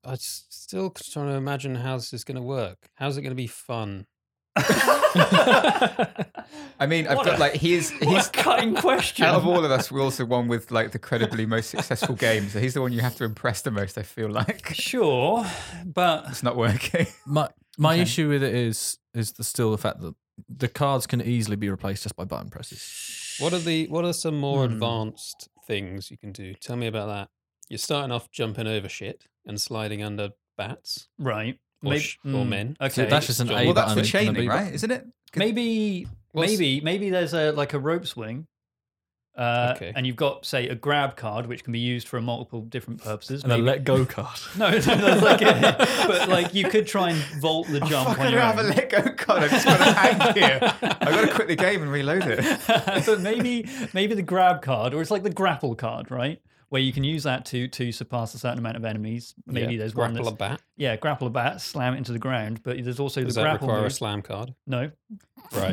I'm still trying to imagine how this is going to work. How's it going to be fun?
I mean, I've
What
got
a-
like he's
What
he's
a cutting question.
out of all of us, we're also one with like the credibly most successful game. So he's the one you have to impress the most. I feel like
Sure, but
it's not working.
My my
Okay.
issue with it is is the, still the fact that the cards can easily be replaced just by button presses.
What are the what are some more
Hmm.
advanced things you can do? Tell me about that. You're starting off jumping over shit and sliding under bats
right.
or,
Maybe,
sh- or
Hmm.
men.
okay.
So that's just an
Well,
A
well, that's
button
the
and a B
chaining,
button.
right? Isn't it?
maybe
Well, s-
maybe maybe there's a like a rope swing uh,
Okay.
and you've got say a grab card which can be used for multiple different purposes
And a
Maybe-
let go card.
no, no that's like it. but like you could try and vault the jump
Oh, Fuck,
on
I
your
don't have
own.
a Lego card. I've just got to hang here. I've got to quit the game and reload it.
but maybe maybe the grab card or it's like the grapple card right where you can use that to to surpass a certain amount of enemies maybe
yeah,
there's one
grapple
that's
a bat.
yeah grapple a bat slam it into the ground but there's also
Does
the
that
grapple
require a
move.
slam card?
no
Right.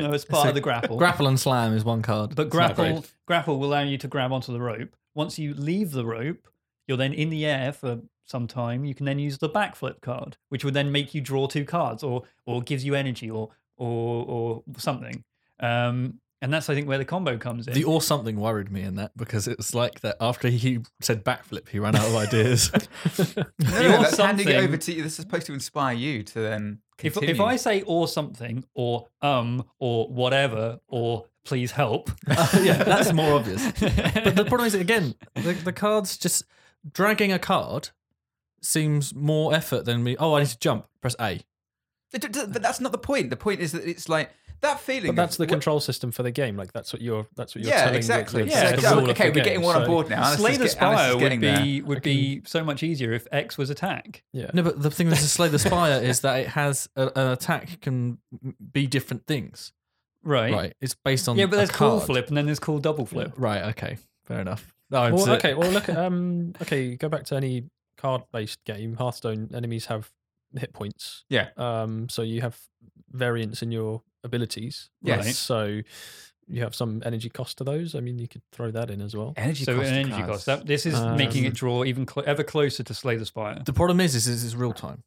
no it's part
a
of the grapple
Grapple and slam is one card.
But
not great.
grapple grapple will allow you to grab onto the rope. Once you leave the rope, you're then in the air for some time. You can then use the backflip card, which would then make you draw two cards, or or gives you energy, or or or something. Um, and that's I think where the combo comes in.
The or something worried me in that because it's like that after he said backflip, he ran out of ideas.
No,
You're
no, that's handing it
something-
over to you. This is supposed to inspire you to then
if,
continue.
if I say or something, or um, or whatever, or please help.
yeah, that's more obvious. But the problem is, again, the, the cards just dragging a card seems more effort than me. Oh, I need to jump. Press A.
But d- d- but that's not the point. The point is that it's like that feeling.
But
of-
that's the
wh-
control system for the game. Like that's what you're. That's what you're
Yeah,
telling. the-
exactly.
the-
Yeah,
the
So-
rule of
okay,
the
we're
game.
getting one on
So-
board now. Alice is
Slay the
get- Alice is
Spire would
getting there.
be would be so much easier if X was attack.
No, but the thing with the Slay the Spire is that it has a, an attack can be different things.
Right.
Right. It's based on
Yeah, but
a
there's cool
card.
flip and then there's cool double flip.
Right. Okay. Fair enough. No,
Well,
so-
okay. Well, look at um. Okay, go back to any card-based game. Hearthstone enemies have hit points.
Yeah.
Um. So you have variance in your abilities.
Yes.
Right.
So you have some energy cost to those. I mean, you could throw that in as well.
energy
so
cost.
an
of
energy
cards.
cost. That, this is
Um,
making it draw even cl- ever closer to Slay the Spire.
The problem is, is, is it's real time.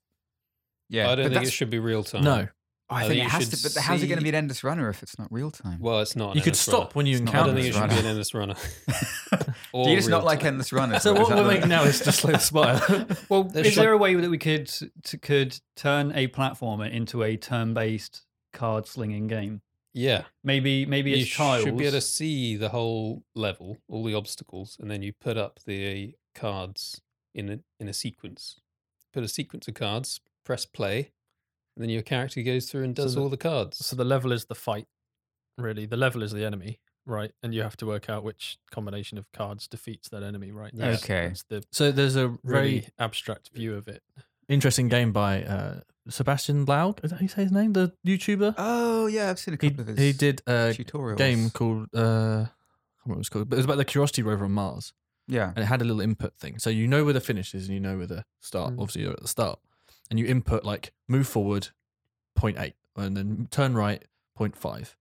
yeah,
I don't
but
think it
that's-
should be real time.
No,
I
I
think
think
it
you
has
should
to. But how's it going to
see-
be an endless runner if it's not real time?
Well, it's not. an
you could
endless
stop when you
It's not-
Runner.
encounter.
I don't think it
this
should
runner.
be an endless runner.
Do
Or
you just
real
not like
time.
endless runners?
So
though? Is
what
that
we're
the-
making now is just Slay the Spire.
Well,
Is there a way that we could to, could turn a platformer into a turn-based card slinging game?
yeah?
Maybe maybe
You
it's tiles.
should be able to see the whole level, all the obstacles, and then you put up the cards in a, in a sequence. Put a sequence of cards, press play, and then your character goes through and
So
does
the-
all the cards.
So the level is the fight, really. The level is the enemy, right? And you have to work out which combination of cards defeats that enemy, right? That's-
Okay.
That's the
so there's a
really
very
abstract view of it.
interesting game by uh, Sebastian Loud. Is that how you say his name? The YouTuber.
Oh yeah, I've seen a
he,
couple of his
he did uh, a
tutorials.
game called uh, I can't remember what it was called, but it was about the Curiosity rover on Mars,
Yeah.
and it had a little input thing. So you know where the finish is, and you know where the start.
Hmm.
Mm.
Obviously, you're at the start, and you input like move forward, 0.8, and then turn right, 0.5. and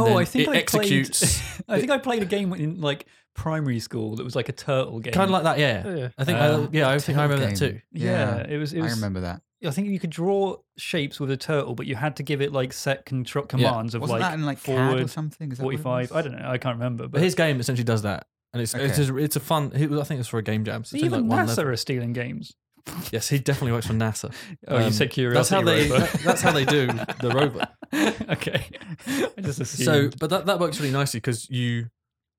oh,
then
I think
it
I
executes-
Played, I think I played a game in like primary school that was like a turtle game.
Kind of like that, yeah.
Yeah.
I think,
Uh,
I, yeah, I think I remember that
Turtle
too.
game.
yeah, It was. It was
I remember that.
I think you could draw shapes with a turtle, but you had to give it like set contro- commands of
Wasn't
like,
that in like CAD or
forward
something? Is that what it
forty-five. I
was?
don't know. I can't remember.
But
But
his game essentially does that, and it's it's,
Okay.
just, it's a fun. he- I think it's for a game jam. So it's only
even
like one
NASA
level.
are stealing games.
Yes, he definitely works for NASA.
Oh, you
Um,
said curiosity.
That's how they.
rover.
that- that's how they do the robot.
okay. I just
So,
assumed.
but that, that works really nicely because you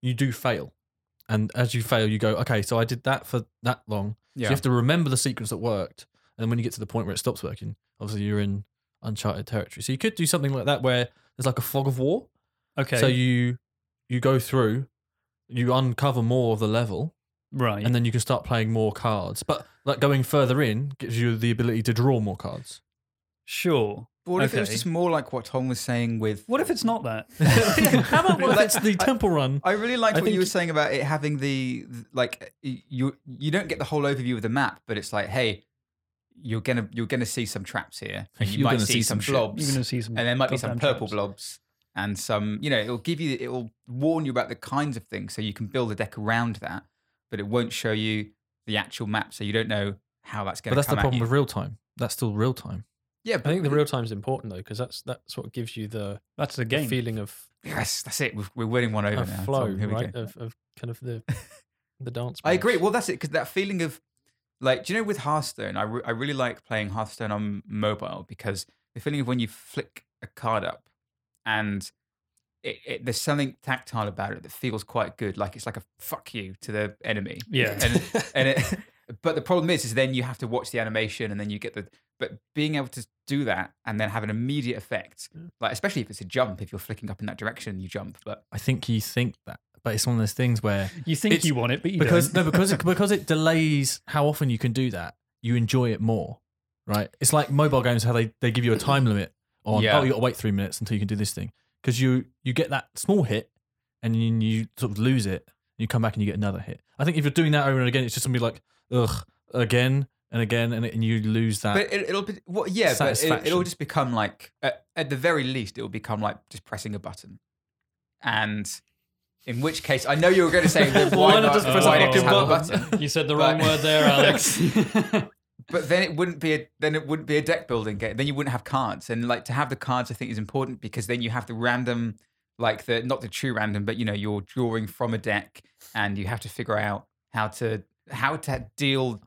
you do fail, and as you fail, you go, okay, so I did that for that long. So
Yeah.
you have to remember the sequence that worked, and when you get to the point where it stops working, obviously you're in uncharted territory. So you could do something like that where there's like a fog of war.
okay.
So you you go through, you uncover more of the level,
right.
and then you can start playing more cards. But like going further in gives you the ability to draw more cards.
sure.
But what if it was
Okay.
just more like what Tom was saying with?
What if it's not that?
How about what if
Like,
it's the
I-
temple run?
I really liked
I
what you
think-
were saying about it having the th- like y- you you don't get the whole overview of the map, but it's like hey, you're gonna you're gonna see some traps here, and you
You're
might
gonna
see,
see
some
some shit.
blobs,
You're gonna see
Mm,
some.
and there might be some
goddamn
purple
traps.
blobs and some you know it'll give you it'll warn you about the kinds of things so you can build a deck around that, but it won't show you the actual map, so you don't know how that's going
But
to
that's the
come
problem
at
with
you.
real time. That's still real time.
yeah,
I
but
think the real time is important though, because that's that's what gives you the,
That's the
the
game.
feeling of,
yes, that's it. We've, we're winning one over
of
now. Tom.
flow,
Here we
right?
go.
Of, of kind of the the dance.
I agree.
moves.
Well, that's it because that feeling of like, do you know, with Hearthstone, I, re- I really like playing Hearthstone on mobile because the feeling of when you flick a card up and it, it, there's something tactile about it that feels quite good. Like it's like a fuck you to the enemy.
Yeah.
and and it, but the problem is, is then you have to watch the animation and then you get the. But being able to do that and then have an immediate effect, like especially if it's a jump, if you're flicking up in that direction, you jump. But
I think you think that, but it's one of those things where
You think
It's-
you want it, but you
because
don't.
no, because it, because it delays how often you can do that. You enjoy it more, right? It's like mobile games how they, they give you a time limit on
Yeah.
oh you got to wait three minutes until you can do this thing because you you get that small hit and then you sort of lose it. You come back and you get another hit. I think if you're doing that over and again, it's just gonna be like ugh again and again and, and you lose that.
but it, it'll be well, yeah, but it, it'll
satisfaction.
just become like at, at the very least, it'll become like just pressing a button, and in which case, I know you were going to say that
Why
why,
not
not
just
why
press a
not just have a
fucking
button,
you said the
But-
wrong word there, Alex.
but then it wouldn't be a then it wouldn't be a deck building game. Then you wouldn't have cards, and like to have the cards, I think is important because then you have the random, like the not the true random, but you know you're drawing from a deck, and you have to figure out how to how to deal,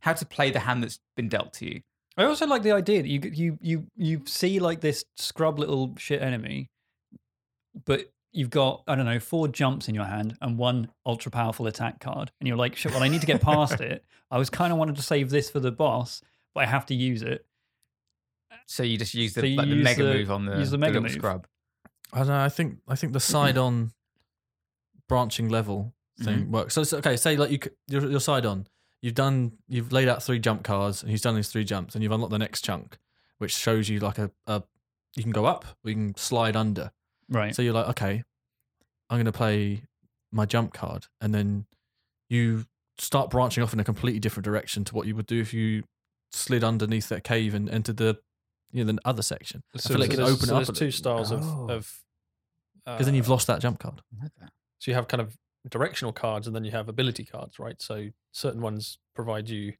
how to play the hand that's been dealt to you.
I also like the idea that you you you you see like this scrub little shit enemy, but you've got I don't know four jumps in your hand and one ultra powerful attack card, and you're like, shit. Well, I need to get past it. I was kind of wanted to save this for the boss, but I have to use it.
So you just use the,
So you
like the
use
mega
the-
move on the,
use
the
the mega
little
move.
scrub.
I don't know. I think I think the side on branching level thing works. So, so okay, say like you c- you're, you're side on. You've done. You've laid out three jump cards, and he's done his three jumps, and you've unlocked the next chunk, which shows you like a, a you can go up, or you can slide under.
Right.
So you're like, okay, I'm gonna play my jump card, and then you start branching off in a completely different direction to what you would do if you slid underneath that cave and entered the you know the other section
So,
feel like
so
it
there's,
opened
so
up
there's
a
two
little.
styles
Oh.
of of
because then you've
uh,
lost that jump card.
So you have kind of directional cards, and then you have ability cards, right? So certain ones provide you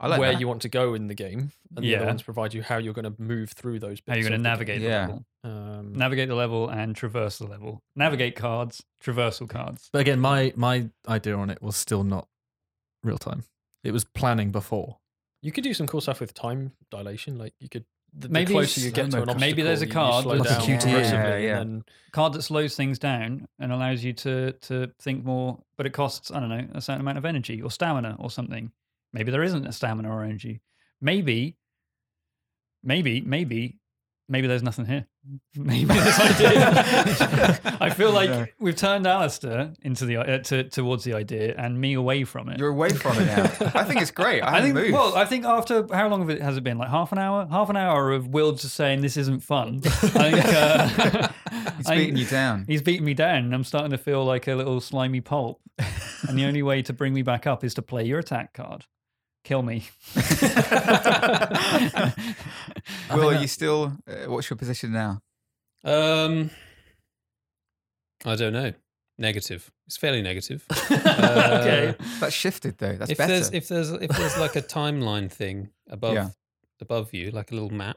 I like
where
that.
you want to go in the game, and the
Yeah.
other ones provide you how you're going to move through those.
How
bits
you're going
of
to
the
navigate the
Yeah.
level?
game. Um,
Navigate the level and traverse the level. Navigate cards, traversal cards.
But again, my my idea on it was still not real time. It was planning before.
you could do some cool stuff with time dilation, like you could. The,
Maybe
the closer you get to an
slow-mo
obstacle,
maybe there's a
you- you
card
slow
that's-
down
Like a QTE.
progressively,
Yeah,
and
yeah.
then-
Card that slows things down and allows you to to think more, but it costs I don't know a certain amount of energy or stamina or something. Maybe there isn't a stamina or energy. Maybe, maybe, maybe, maybe there's nothing here. Maybe this idea. I feel like
No.
we've turned Alistair into the uh, to, towards the idea and me away from it.
You're away from it now. I think it's great. I,
I
haven't
think.
moved.
Well, I think after how long of it has it been? Like half an hour. Half an hour of Will just saying this isn't fun. I think uh,
it's
I-
beating you down.
He's beaten me down, and I'm starting to feel like a little slimy pulp. and the only way to bring me back up is to play your attack card. Kill me.
Will, are you still? Uh, what's your position now?
Um, I don't know. Negative. It's fairly negative. Uh,
okay.
That's shifted though. That's
if
better.
there's if there's if there's like a timeline thing above
Yeah.
above you, like a little map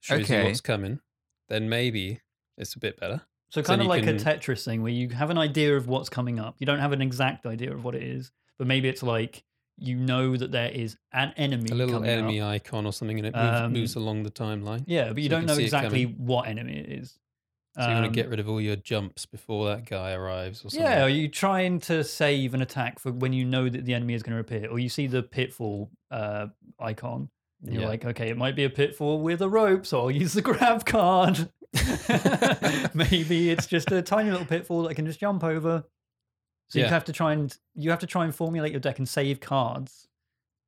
shows
Okay.
you what's coming, then maybe it's a bit better.
So
Then
kind of
you
like a
can-
Tetris thing where you have an idea of what's coming up. You don't have an exact idea of what it is, but maybe it's like you know that there is an enemy.
A little
coming
enemy
Up.
icon or something, and it moves,
Um,
moves along the timeline.
Yeah, but you
so you
don't
can
know
see it
exactly
coming.
what enemy it is.
So you want
Um,
to get rid of all your jumps before that guy arrives or something.
Yeah, are you trying to save an attack for when you know that the enemy is going to appear, or you see the pitfall uh, icon, and you're
Yeah.
like, okay, it might be a pitfall with a rope, so I'll use the grab card. Maybe it's just a tiny little pitfall that I can just jump over. So
Yeah.
you have to try and you have to try and formulate your deck and save cards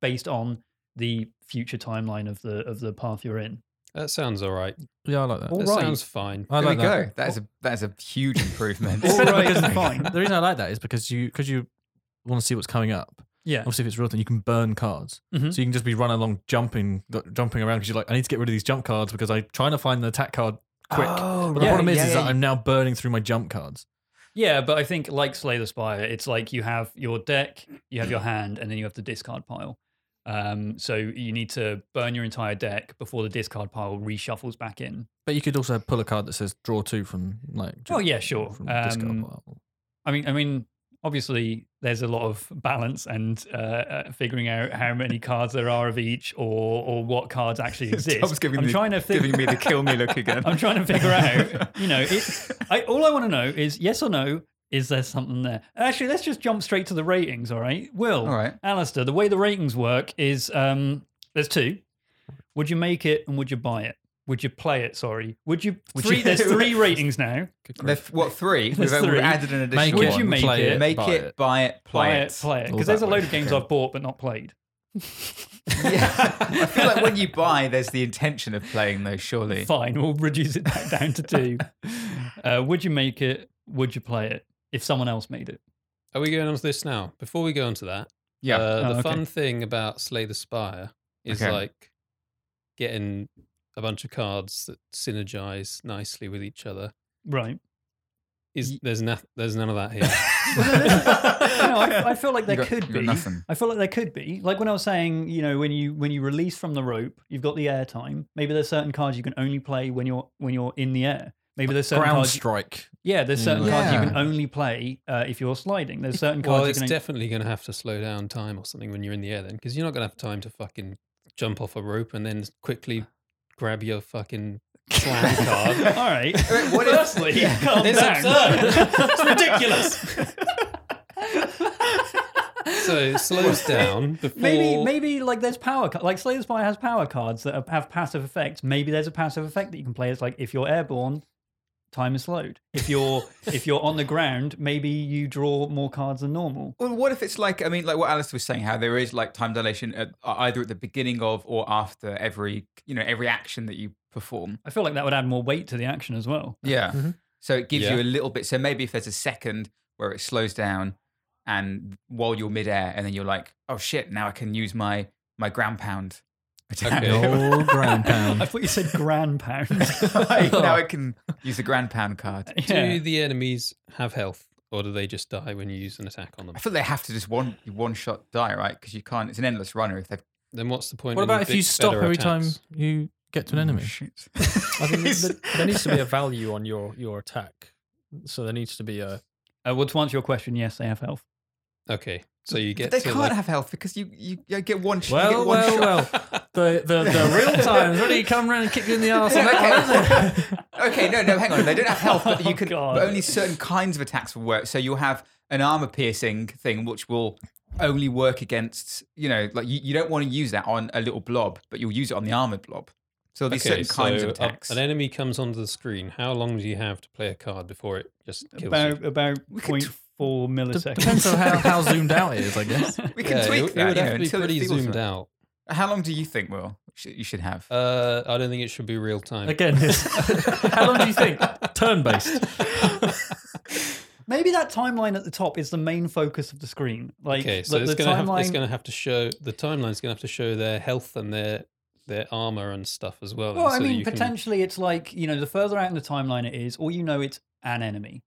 based on the future timeline of the of the path you're in.
That sounds all right.
Yeah, I like that.
All
that
right.
sounds fine.
there
I
we
like that.
go. That is a that is a huge improvement.
All
better
right,
because-
fine.
The reason I like that is because you because you want to see what's coming up.
Yeah.
Obviously, if it's real, then you can burn cards,
Mhm.
so you can just be running along, jumping, jumping around because you're like, I need to get rid of these jump cards because I'm trying to find the attack card quick. but the
right.
problem is,
Yeah,
is
Oh, yeah,
that I'm now burning through my jump cards.
Yeah, but I think like Slay the Spire, it's like you have your deck, you have your hand, and then you have the discard pile. Um, so you need to burn your entire deck before the discard pile reshuffles back in.
But you could also pull a card that says draw two from like.
Oh, yeah, sure.
From discard
Um,
pile.
I mean, I mean, obviously there's a lot of balance and uh, uh, figuring out how many cards there are of each, or or what cards actually exist.
Tom's giving
I'm
me-
trying to fig-
giving me the kill me look again.
I'm trying to figure out. You know, it, I, all I want to know is yes or no. Is there something there? Actually, let's just jump straight to the ratings. All right, Will,
All right.
Alistair. The way the ratings work is um, there's two. Would you make it and would you buy it? Would you play it? Sorry, would you?
Would
three,
you-
There's three ratings now.
They're f- what three? We've,
There's
we've
three.
added an
Make
additional
Would
it,
one.
you make
play
it?
make
buy
it, buy it, play,
Play it, play it.
All
Because there's a
that
load
way.
of games
Okay.
I've bought but not played.
Yeah. I feel like when you buy, there's the intention of playing though. Surely.
Fine, we'll reduce it back down to two. Uh, would you make it? Would you play it? If someone else made it,
Are we going on to this now? Before we go on to that,
Yeah.
uh,
Oh,
the
okay.
fun thing about Slay the Spire is
Okay.
like getting a bunch of cards that synergize nicely with each other.
right?
Is there's na- there's none of that here.
No, I, I feel like there
You got-
could
you got
be.
nothing.
I feel like there could be. Like when I was saying, you know, when you when you release from the rope, you've got the air time. Maybe there's certain cards you can only play when you're when you're in the air. Maybe there's certain
Ground
cards.
strike.
yeah, there's certain cards you
Yeah.
can only play uh, if you're sliding. There's certain cards
well,
you
it's
can. only-
definitely going to have to slow down time or something when you're in the air then, because you're not going to have time to fucking jump off a rope and then quickly grab your fucking slam card.
All right.
what if-
Firstly,
Yeah.
calm
It's
down.
absurd. It's ridiculous. So it slows down before.
Maybe, maybe like there's power, ca- like Slay the Spire has power cards that are, have passive effects. Maybe there's a passive effect that you can play. It's like if you're airborne, time is slowed. If you're if you're on the ground, maybe you draw more cards than normal.
Well, what if it's like I mean, like what Alice was saying, how there is like time dilation at, uh, either at the beginning of or after every you know every action that you perform.
I feel like that would add more weight to the action as well.
Yeah.
Mhm.
So it gives
Yeah.
you a little bit. So maybe if there's a second where it slows down, and while you're midair, and then you're like, oh shit, now I can use my my ground pound. attack.
Okay.
No ground
I
pound.
thought you said grand pound.
Like, now I can use the grand pound card.
do
Yeah.
the enemies have health, or do they just die when you use an attack on them?
I feel they have to just one one shot die, right? Because you can't. It's an endless runner if they've.
Then what's the point?
What
in
about if
bit
you stop
better
every time
attacks?
you
Oh,
get to an enemy?
Shoot.
I think there, there- there needs to be a value on your your attack. So there needs to be a
Uh, well, to answer your question, yes, they have health.
Okay, so you
But
get
they
to
can't
like,
have health because you you, you get one. sh- you get
Well,
one
well,
shot.
well. The the, the real time's when you come round and kick you in the arse. on that one, isn't it?
okay. okay, no, no, hang on. They don't have health, but you
Oh,
can.
God.
but only certain kinds of attacks will work. So you'll have an armor piercing thing, which will only work against, you know, like you, you don't want to use that on a little blob, but you'll use it on the armored blob. So there'll be
okay,
certain kinds of
so uh, a-
attacks.
an enemy comes onto the screen. How long do you have to play a card before it just kills you?
About about
could
point four milliseconds.
Depends on how, how zoomed out it is, I guess.
we can
Yeah,
tweak
it, it
that.
would
you know,
have to be
until it
pretty
feels
zoomed
right.
out.
How long do you think, Will? sh- You should have.
Uh, I don't think it should be real time.
Again, it's- how long do you think? Turn based.
Maybe that timeline at the top is the main focus of the screen. Like,
Okay, so
the,
it's
the
going to have it's
timeline.
going to have to show the timeline's going to have to show their health and their their armor and stuff as well.
Well,
so
I
that
mean,
you can-
potentially it's like, you know, the further out in the timeline it is, or you know it's an enemy.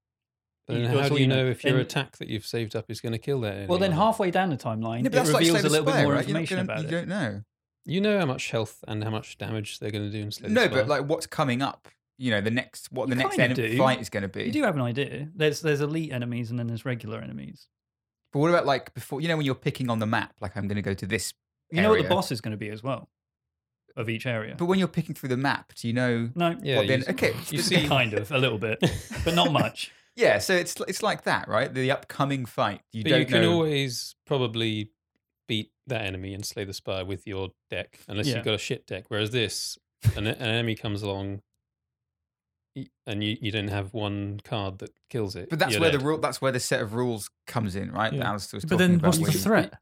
but then
you-
how
that's
do
all
you
you know.
know if your
Then-
attack that you've saved up is going to kill that? Enemy
Well, then
or not?
halfway down the timeline,
Yeah, but that's
it
like
reveals
Slay the
a little bit
Spire,
more
right? You're not
information
gonna-
about
you
it.
don't know.
you know how much health and how much damage they're going to do in Slay the
No, but
Spire.
like what's coming up? You know, the next what
You
the next
kinda
enemy
do.
fight is going to be.
You do have an idea. There's there's elite enemies and then there's regular enemies.
But what about like before? You know, when you're picking on the map, like I'm going to go to this.
You know what the
area.
boss is going to be as well, of each area.
But when you're picking through the map, do you know?
no,
yeah,
what then?
you-
Okay,
you
the-
see-
kind of a little bit, but not much.
yeah. So it's it's like that, right? The upcoming fight, you
but
don't
you can
know.
always probably beat that enemy and slay the spire with your deck, unless
Yeah.
you've got a shit deck. Whereas this, an, an enemy comes along, y- and you you don't have one card that kills it.
but that's
you're
where
dead.
the rule. That's where the set of rules comes in, right? That
Yeah.
Alistair was
But
talking
then
about.
what's the
where you-
threat?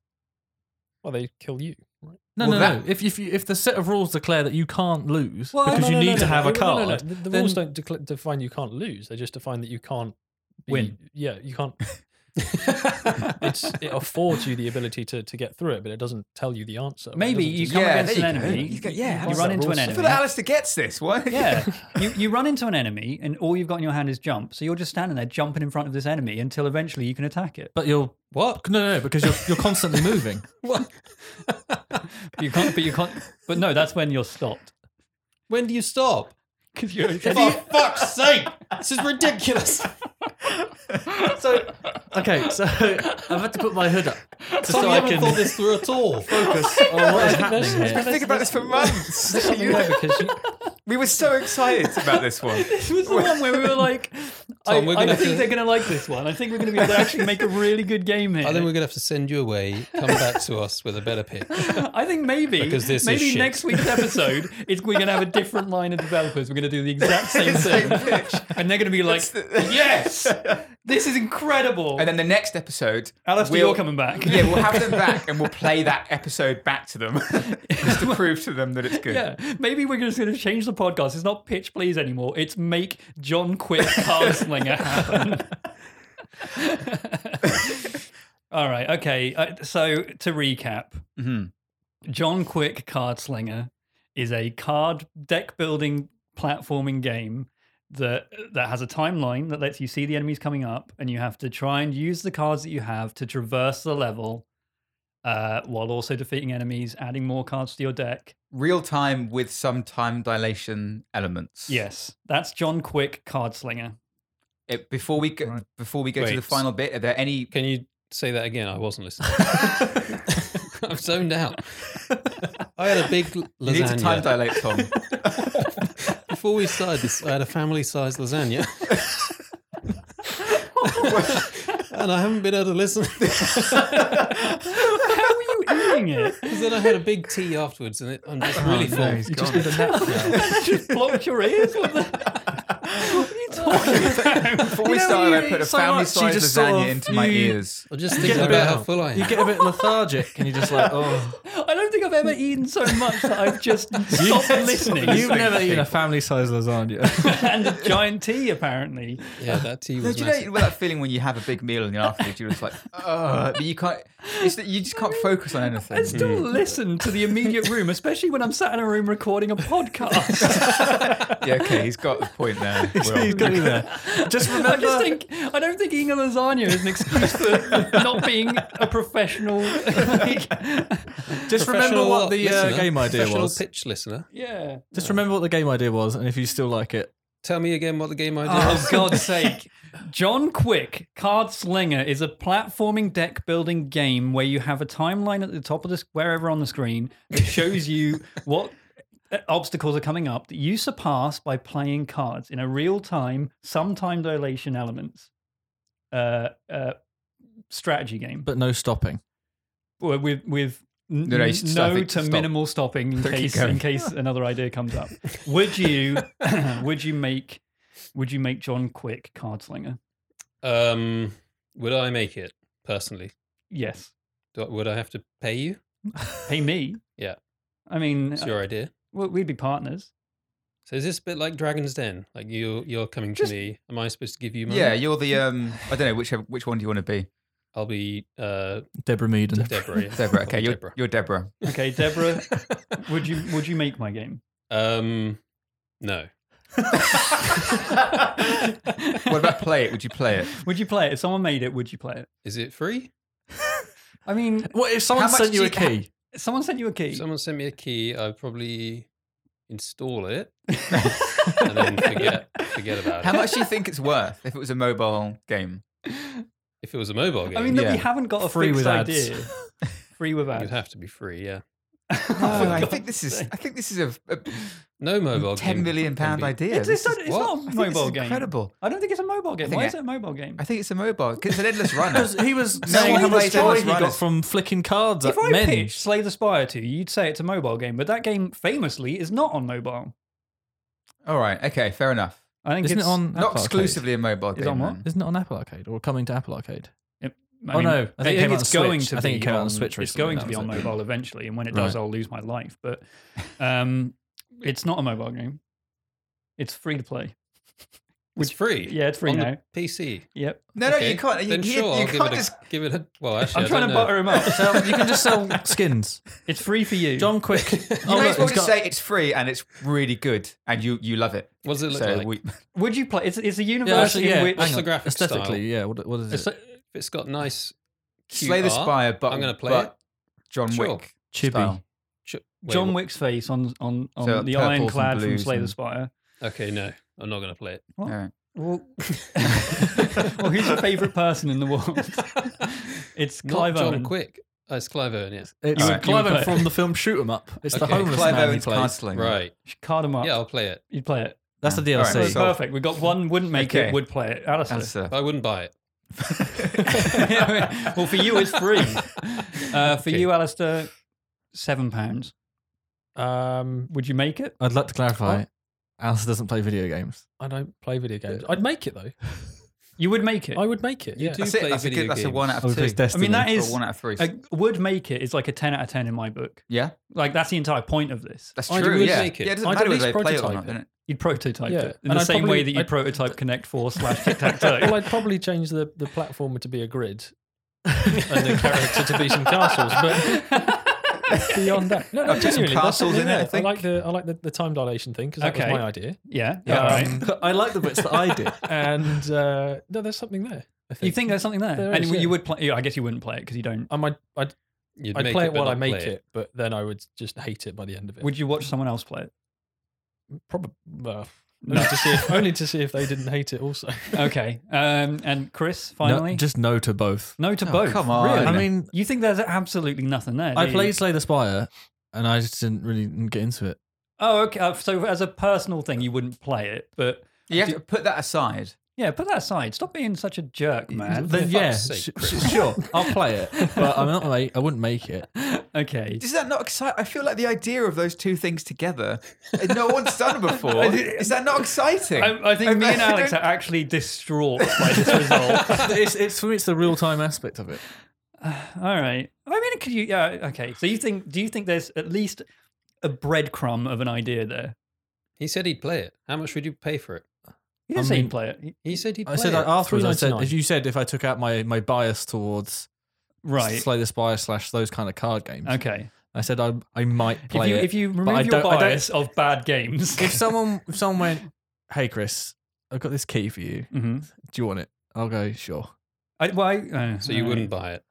well they kill you. Right?
No,
Well,
no,
that-
no. If, if, you, if the set of rules declare that you can't lose because you need to have a card,
The, the
then-
rules don't decla- define you can't lose. They just define that you can't be-
Win.
Yeah, you can't It's it affords you the ability to to get through it, but it doesn't tell you the answer. It
Maybe
doesn't
you
just-
come
Yeah,
against
there
an
you go.
enemy.
You go- yeah, how
you
does
run
that
into
rule
an
set?
I
enemy.
feel like Alistair gets this. What?
Yeah, you you run into an enemy, and all you've got in your hand is jump. So you're just standing there jumping in front of this enemy until eventually you can attack it.
But you're
What?
no, no, no, because you're you're constantly moving.
What?
But you can't. But you can't. But no, that's when you're stopped.
When do you stop?
Because you're.
For fuck's sake! This is ridiculous.
So okay, so I've had to put my hood up just so
Tom, you
I
haven't
can
thought this through at all.
focus on what is
There's-
happening
there's-
here.
Think about this for months.
there's something
You-
there because you,
we were so excited about this one.
This was the one where we were like, I,
Tom, we're
I
gonna
think
have to-
they're going to like this one. I think we're going to be able to actually make a really good game here.
I think we're gonna have to send you away. Come back to us with a better pick.
I think maybe
Because this is
maybe
shit.
next week's episode it's, we're going to have a different line of developers. We're going to do the exact same
Same
thing,
pitch.
and they're going to be like, "Yes, this is incredible."
And then the next episode,
Alistair,
we'll-
you're coming back.
Yeah, we'll have them back and we'll play that episode back to them just to prove to them that it's good.
Yeah, maybe we're just going to change the podcast. It's not pitch please anymore. It's make John quit Carslinger happen. All right, okay. Uh, so to recap,
Mhm.
John Quick Card Slinger is a card deck building platforming game that that has a timeline that lets you see the enemies coming up, and you have to try and use the cards that you have to traverse the level, uh, while also defeating enemies, adding more cards to your deck.
Real time with some time dilation elements.
Yes, that's John Quick Card Slinger.
It- before we go, before we go to
Wait.
the final bit, are there any?
Can you say that again? I wasn't listening. I'm zoned out. I had a big lasagna.
You need to time dilate, Tom.
Before we started this, I had a family-sized lasagna, and I haven't been able to listen.
How are you eating it?
Because then I had a big tea afterwards, and it, I'm just
Oh,
really full.
he's
you just
gone.
need a nap now.
that just blocked your ears. What, the... what are you talking about?
Before we
You know,
started,
you
I put a
eat so much, you
family-sized lasagna
just sort of-
into my
you-
ears.
I'm just
You
thinking
get a bit
about how
out.
full I am.
You get a bit lethargic, and you're just like, oh.
I don't think I've ever eaten so much that I've just stopped listening.
You've never eaten a family-sized lasagna.
and a giant tea, apparently.
yeah, that tea
No,
was
do you
massive.
know well, that feeling when you have a big meal and then afterwards you're just like, Ugh, but you can't. It's that you just can't focus on anything.
I
Hmm.
still listen to the immediate room, especially when I'm sat in a room recording a podcast.
Yeah, okay, he's got the point there. Will.
He's got you there. Just remember.
I just think I don't think eating a lasagna is an excuse for not being a professional. like,
Just remember
Professional
what the uh,
listener,
game idea
professional
was.
pitch listener.
yeah.
Just remember what the game idea was, and if you still like it,
Tell me again what the game idea
Oh
was.
God's sake! John Quick Card Slinger is a platforming deck building game where you have a timeline at the top of this wherever on the screen that shows you what uh, obstacles are coming up that you surpass by playing cards in a real time, some time dilation elements. Uh, uh, strategy game, but
but no stopping.
with with n-
No, no,
no,
you should stop it.
to
Stop.
minimal stopping in
Don't keep
case
going.
in case another idea comes up. Would you would you make would you make John Quick Card Slinger?
Um, would I make it personally?
Yes.
Do I, would I have to pay you?
Hey, me.
Yeah.
I mean,
It's your idea.
w- we'd be partners.
So is this a bit like Dragon's Den? Like you, you're coming
Just-
to me. Am I supposed to give you money?
Yeah, you're the um. I don't know which which one do you want to be,
I'll be uh,
Deborah Meaden.
Deborah. yeah.
Deborah?
I'll
Okay,
be
you're
Deborah.
you're Deborah.
Okay, Deborah, would you would you make my game?
Um, no.
What about play it? Would you play it?
Would you play it? If someone made it, would you play it?
Is it free?
I mean,
What if someone
How much
sent
do
you a
you-
key?
someone sent you a key.
If someone sent me a key, I'd probably install it and then forget forget about
How
it.
much do you think it's worth if it was a mobile game?
If it was a mobile game,
I mean, that we
Yeah.
haven't got a
Free
fixed
with ads.
idea. Free with
you'd
ads.
have to be free. Yeah.
Oh,
for
I
God's
think this is.
sake.
I think this is a, a
No mobile game.
ten million
can
pound
be-
idea.
It's, it's
This
not,
is-
it's
what?
not
I
a
think this is
mobile game.
Incredible.
I don't think it's a mobile game.
think
Why
it-
is it a mobile game?
I think it's a mobile. It's an endless runner.
He was
No
saying
one
how much
plays Endless
joy he got
Runners.
from flicking cards
If
at
I
men.
pitched Slay the Spire to you, you'd say it's a mobile game, but that game famously is not on mobile.
All right. Okay. Fair enough.
I think
Isn't
it's
it on Apple
Not exclusively a mobile
It's
game.
on what?
then.
Arcade? Isn't it on Apple Arcade or coming to Apple Arcade?
I
Oh,
mean,
no. I think it came out on
it's
Switch.
going to.
I think it
be
came out on
on
Switch
It's
recently,
going
that
to be
was
on
it.
mobile eventually, and when it does,
Right.
I'll lose my life. But um, it's not a mobile game. It's free to play.
It's free.
Yeah, it's free
on the
now.
PC.
Yep.
No, no, you can't. You,
then
you-
sure,
you
I'll give
can't
it,
just.
a, give it a. Well, actually,
I'm
I
trying
don't
to
know.
butter him up.
Sell, you can just sell skins.
It's free for you.
John Quick.
You
Oh,
may
look,
as well
it's
just
got-
say it's free and it's really good and you you love it.
What does it look
so
like?
we,
Would you play? It's, it's a universe
yeah, actually,
in
yeah.
which
hang
the
on.
graphic
Aesthetically,
style?
yeah. What, what is it?
It's like- if it's got nice. Cute
Slay the
art,
Spire, but
I'm gonna play
but
it.
John
Sure.
Wick
Chibi.
style.
Ch- wait,
John
what-
Wick's face on on, on
So
the
purples and
ironclad from
blues
Slay the
and-
Spire.
Okay, no, I'm not going to play it.
What?
Alright.
Well, well, who's your favourite person in the world? It's
Not
Clive
John
Owen.
Quick. Oh, it's Clive Owen. Yes.
It's
You would-
Clive
you would
Owen
play-
from the film Shoot 'Em Up. It's the
Okay.
homeless
Clive
man he
Owen's
plays.
castling.
Right.
Card him up.
Yeah, I'll play it.
You'd play it.
That's the
Yeah. All
DLC.
right,
Well,
so-
perfect. We got one. Wouldn't make
Okay.
it. Would play it. Alistair.
Answer.
I wouldn't buy it.
well, for you, it's free. Uh, for
Okay.
you, Alistair, seven pounds.
Um,
Would you make it?
I'd like to clarify. Alistair doesn't play video games.
I don't play video games. I'd make it though.
You would make it.
I would make it.
You
Yeah.
do
That's
play
it. That's a
video
good. That's a
games.
one out
I
of
would
two.
play
I mean, that
Destiny.
Or
is
one out of three.
a, would make it is like a ten out of ten in my book.
yeah,
Like that's the entire point of this.
that's
I'd
true.
always
Yeah,
make it.
yeah. It doesn't
I'd
matter
at
whether they
least
play it or
prototype
not.
it.
doesn't it?
You'd prototype
Yeah.
it in
And
the
I'd
same way
probably-
that you
I'd-
prototype Connect Four slash Tic Tac
Well,
Toe.
I'd probably change the, the platformer to be a grid and the character to be some castles, but beyond that, no, no,
I'd put some
genuinely, that's
castles
something
in it, I
there. I
think.
like the I like the, the time dilation thing because that
Okay.
was my idea.
yeah.
Yeah.
All right.
Um,
I like the bits that I did.
and uh, no, there's something there. I think.
You think there's something there,
There
and
is,
you
yeah.
would play? Yeah, I guess you wouldn't play it because you don't.
I might. I'd,
You'd
I'd
make
play it
but
while I
not
make
play
it. but then I would just hate it by the end of it.
Would you watch someone else play it?
probably uh,
No.
only to see if only to see if they didn't hate it also.
Okay. Um, and Chris, finally,
No, just no to both.
no to
Oh,
both.
come on.
Really?
I mean,
you think there's absolutely nothing there?
I
do you?
played Slay the Spire, and I just didn't really get into it.
Oh, okay. uh, So as a personal thing, you wouldn't play it, but
You have to put that aside.
yeah, put that aside. Stop being such a jerk, man.
Then yeah,
sake,
sh-
Chris.
sh- sure, I'll play it, but I'm not. Make, I wouldn't make it.
okay.
Does that not excite? I feel like the idea of those two things together, and no one's done it before. Is that not exciting?
I, I think me and Alex are
don't-
actually distraught by this result.
It's it's for me. It's the real time aspect of it.
All right. I mean, could you? Yeah. Okay. So you think? Do you think there's at least a breadcrumb of an idea there?
He said he'd play it. How much would you pay for it?
He didn't
I
say
mean-
he'd play it.
He said he'd play
I said
it.
that afterwards. I said
$3.99.
if you said if I took out my my bias towards
Right.
Slay the Spire slash those kind of card games,
Okay.
I said I I might
If
play
you,
it.
if you
I
remove your
don't- I don't-
bias of bad games,
if someone if someone went, hey Chris, I've got this key for you.
hmm
Do you want it? I'll go sure.
I, well, I, uh,
So you
uh,
wouldn't buy it.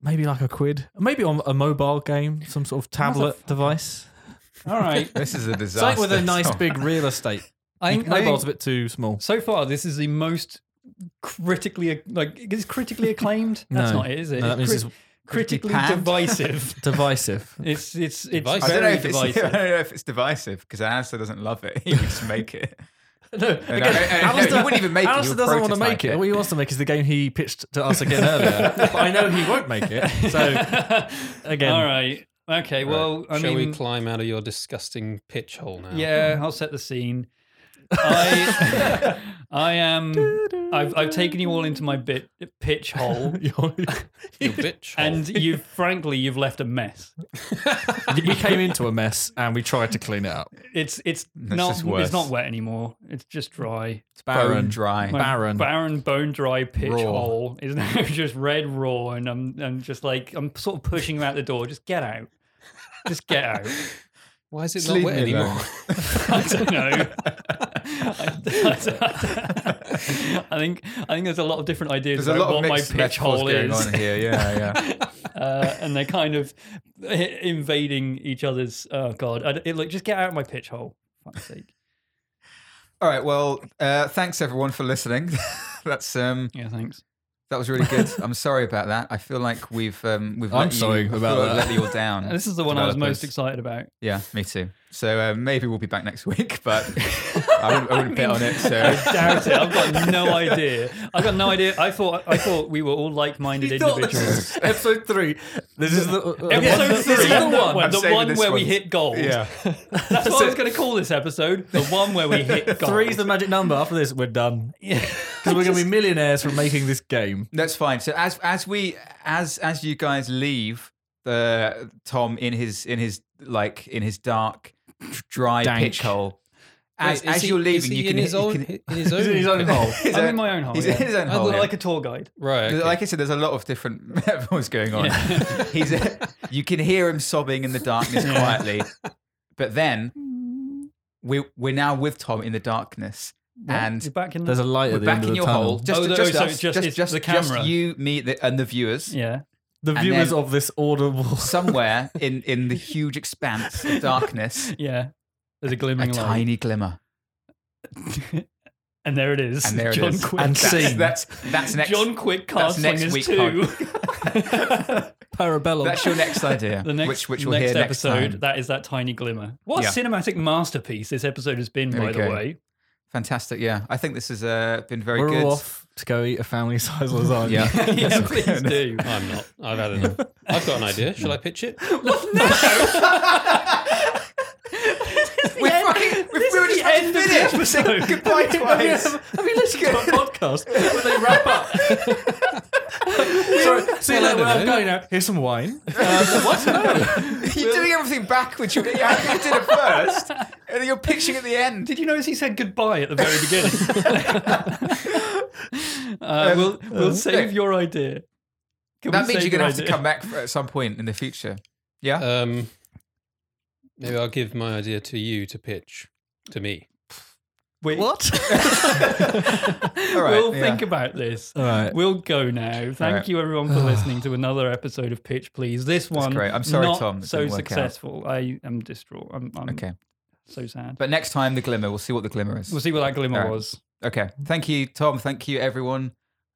Maybe like a quid, maybe on a mobile game, some sort of tablet device.
All right.
This is a
It's
disaster.
like with a nice
So-
big real estate.
I think, I
Mobile's
think
a bit too small.
so far this is the most critically like it's critically acclaimed. That's
No.
not it, is it?
No, that means
Crit-
it's
critically
panned.
divisive.
divisive.
It's it's it's
Divisive.
I don't know
very
if it's. I don't
divisive.
know if it's divisive because Alistair doesn't love it. He would just make it.
No,
No, no, no, no, he wouldn't even make
Alistair
it.
doesn't want to make it. What he wants to make is the game he pitched to us again earlier. but I know he won't make it. So again,
All right. Okay. Well, I
Shall
mean,
we climb out of your disgusting pitch hole now?
yeah, I'll set the scene. I I am. I've I've taken you all into my bit pitch hole,
You're-
Your pitch hole.
and you frankly you've left a mess.
we came into a mess and we tried to clean it up.
It's it's
That's
not
just worse.
it's not wet anymore. It's just dry.
It's
Bone
barren.
dry.
My
Barren.
barren, bone dry pitch
Raw.
hole is now just red raw, and I'm I'm just like I'm sort of pushing you out the door. Just get out. Just get out.
Why is it
Just
not
leave
wet
me alone.
anymore?
I don't know. I, I think I think there's a lot of different ideas
There's a
about
lot of
what my
mixed
pitch
metaphors
hole
going
is,
on here. Yeah, yeah.
uh, and they're kind of invading each other's. Oh god! I, it, like just get out of my pitch hole. Fuck's sake.
All right. Well, uh, thanks everyone for listening. That's um,
Yeah, thanks.
that was really good. I'm sorry about that. I feel like we've um, we've.
I'm
let you-
sorry
I feel
about
like we've
that.
Let you all down.
This is the one I was most
Developers.
excited about.
Yeah, me too. So uh, maybe we'll be back next week, but I wouldn't, I wouldn't bet on it. So
I doubt it. I've got no idea. I've got no idea. I thought I thought we were all like-minded individuals.
episode three. This is the
Episode
This is
three,
the one.
I'm
the
saving
one
this
where we
one.
hit gold.
yeah,
That's what I was going to call this episode. The one where we hit gold.
Three's the magic number. After this, we're done
Yeah.
because we're going to be millionaires from making this game.
that's fine. So as as we as as you guys leave, uh, Tom in his in his like in his dark, dry
Dank.
pitch hole. as,
Is- is
as
he-
you're
is
leaving,
he
you can,
in his
you
own
can-
in his
He's
own,
in his own hole.
He's
I'm
a-
in my own hole.
He's
yeah.
in his own
I
hole.
look
yeah.
like a tour guide.
right? okay.
Like I said, there's a lot of different metaphors going on.
Yeah.
He's you can hear him sobbing in the darkness quietly, but then we we're now with Tom in the darkness, and
You're back in
There's a light
we're
at the
back in
end of the
your
tunnel.
hole. Just
Oh, no,
just
so
us,
it's just- it's
just
the camera.
you, me, the, and the viewers.
yeah.
The
And
viewers
then-
of this audible.
Somewhere in in the huge expanse of darkness,
Yeah. There's a
a
glimmering light.
tiny glimmer,
and there it is.
and there it is.
John Quick.
And
that's,
sing.
That's that's next.
John Quick
that's next
Cardslingers
week
2.
Parabellum.
that's your next idea,
the next,
which which we'll
next
hear next
episode,
time.
that is that tiny glimmer. What
Yeah.
a cinematic masterpiece this episode has been,
There we
by the
go.
way.
Fantastic, yeah. I think this has uh, been very
We're
good.
all off to go eat a family size lasagna.
Yeah.
yeah, please do.
I'm not. I've had enough. I've got an idea. Shall I pitch it?
We're fucking. We've
this is
already
the end of the
finished. We're saying
episode.
goodbye twice.
Have you listened to our podcast when they wrap up? Sorry, see you
Well, I
later.
don't
I'm
know.
going now. Here's some wine.
You're doing everything backwards. You, you did it first, and then you're pitching at the end.
Did you notice he said goodbye at the very beginning? uh, we'll we'll save your idea. Can we
Um, That means
save
you're going to
your
have to
idea?
come back for- at some point in the future. Yeah.
Um, maybe I'll give my idea to you to pitch to me.
Wait.
What?
All right,
we'll
yeah.
think about this. Uh,
All right.
We'll go now. Thank
right.
you, everyone, for listening to another episode of Pitch Please. This one,
great. I'm sorry,
not
Tom, it
so
didn't work out.
successful. I am distraught. I'm, I'm
Okay.
so sad.
But next time, the glimmer. We'll see what the glimmer is.
We'll see what that glimmer
All right.
was.
Okay. Thank you, Tom. Thank you, everyone,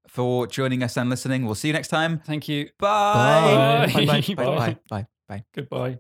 for joining us and listening. We'll see you next time.
Thank you.
Bye.
Bye.
Bye. Bye. Bye. Bye. Bye.
Goodbye.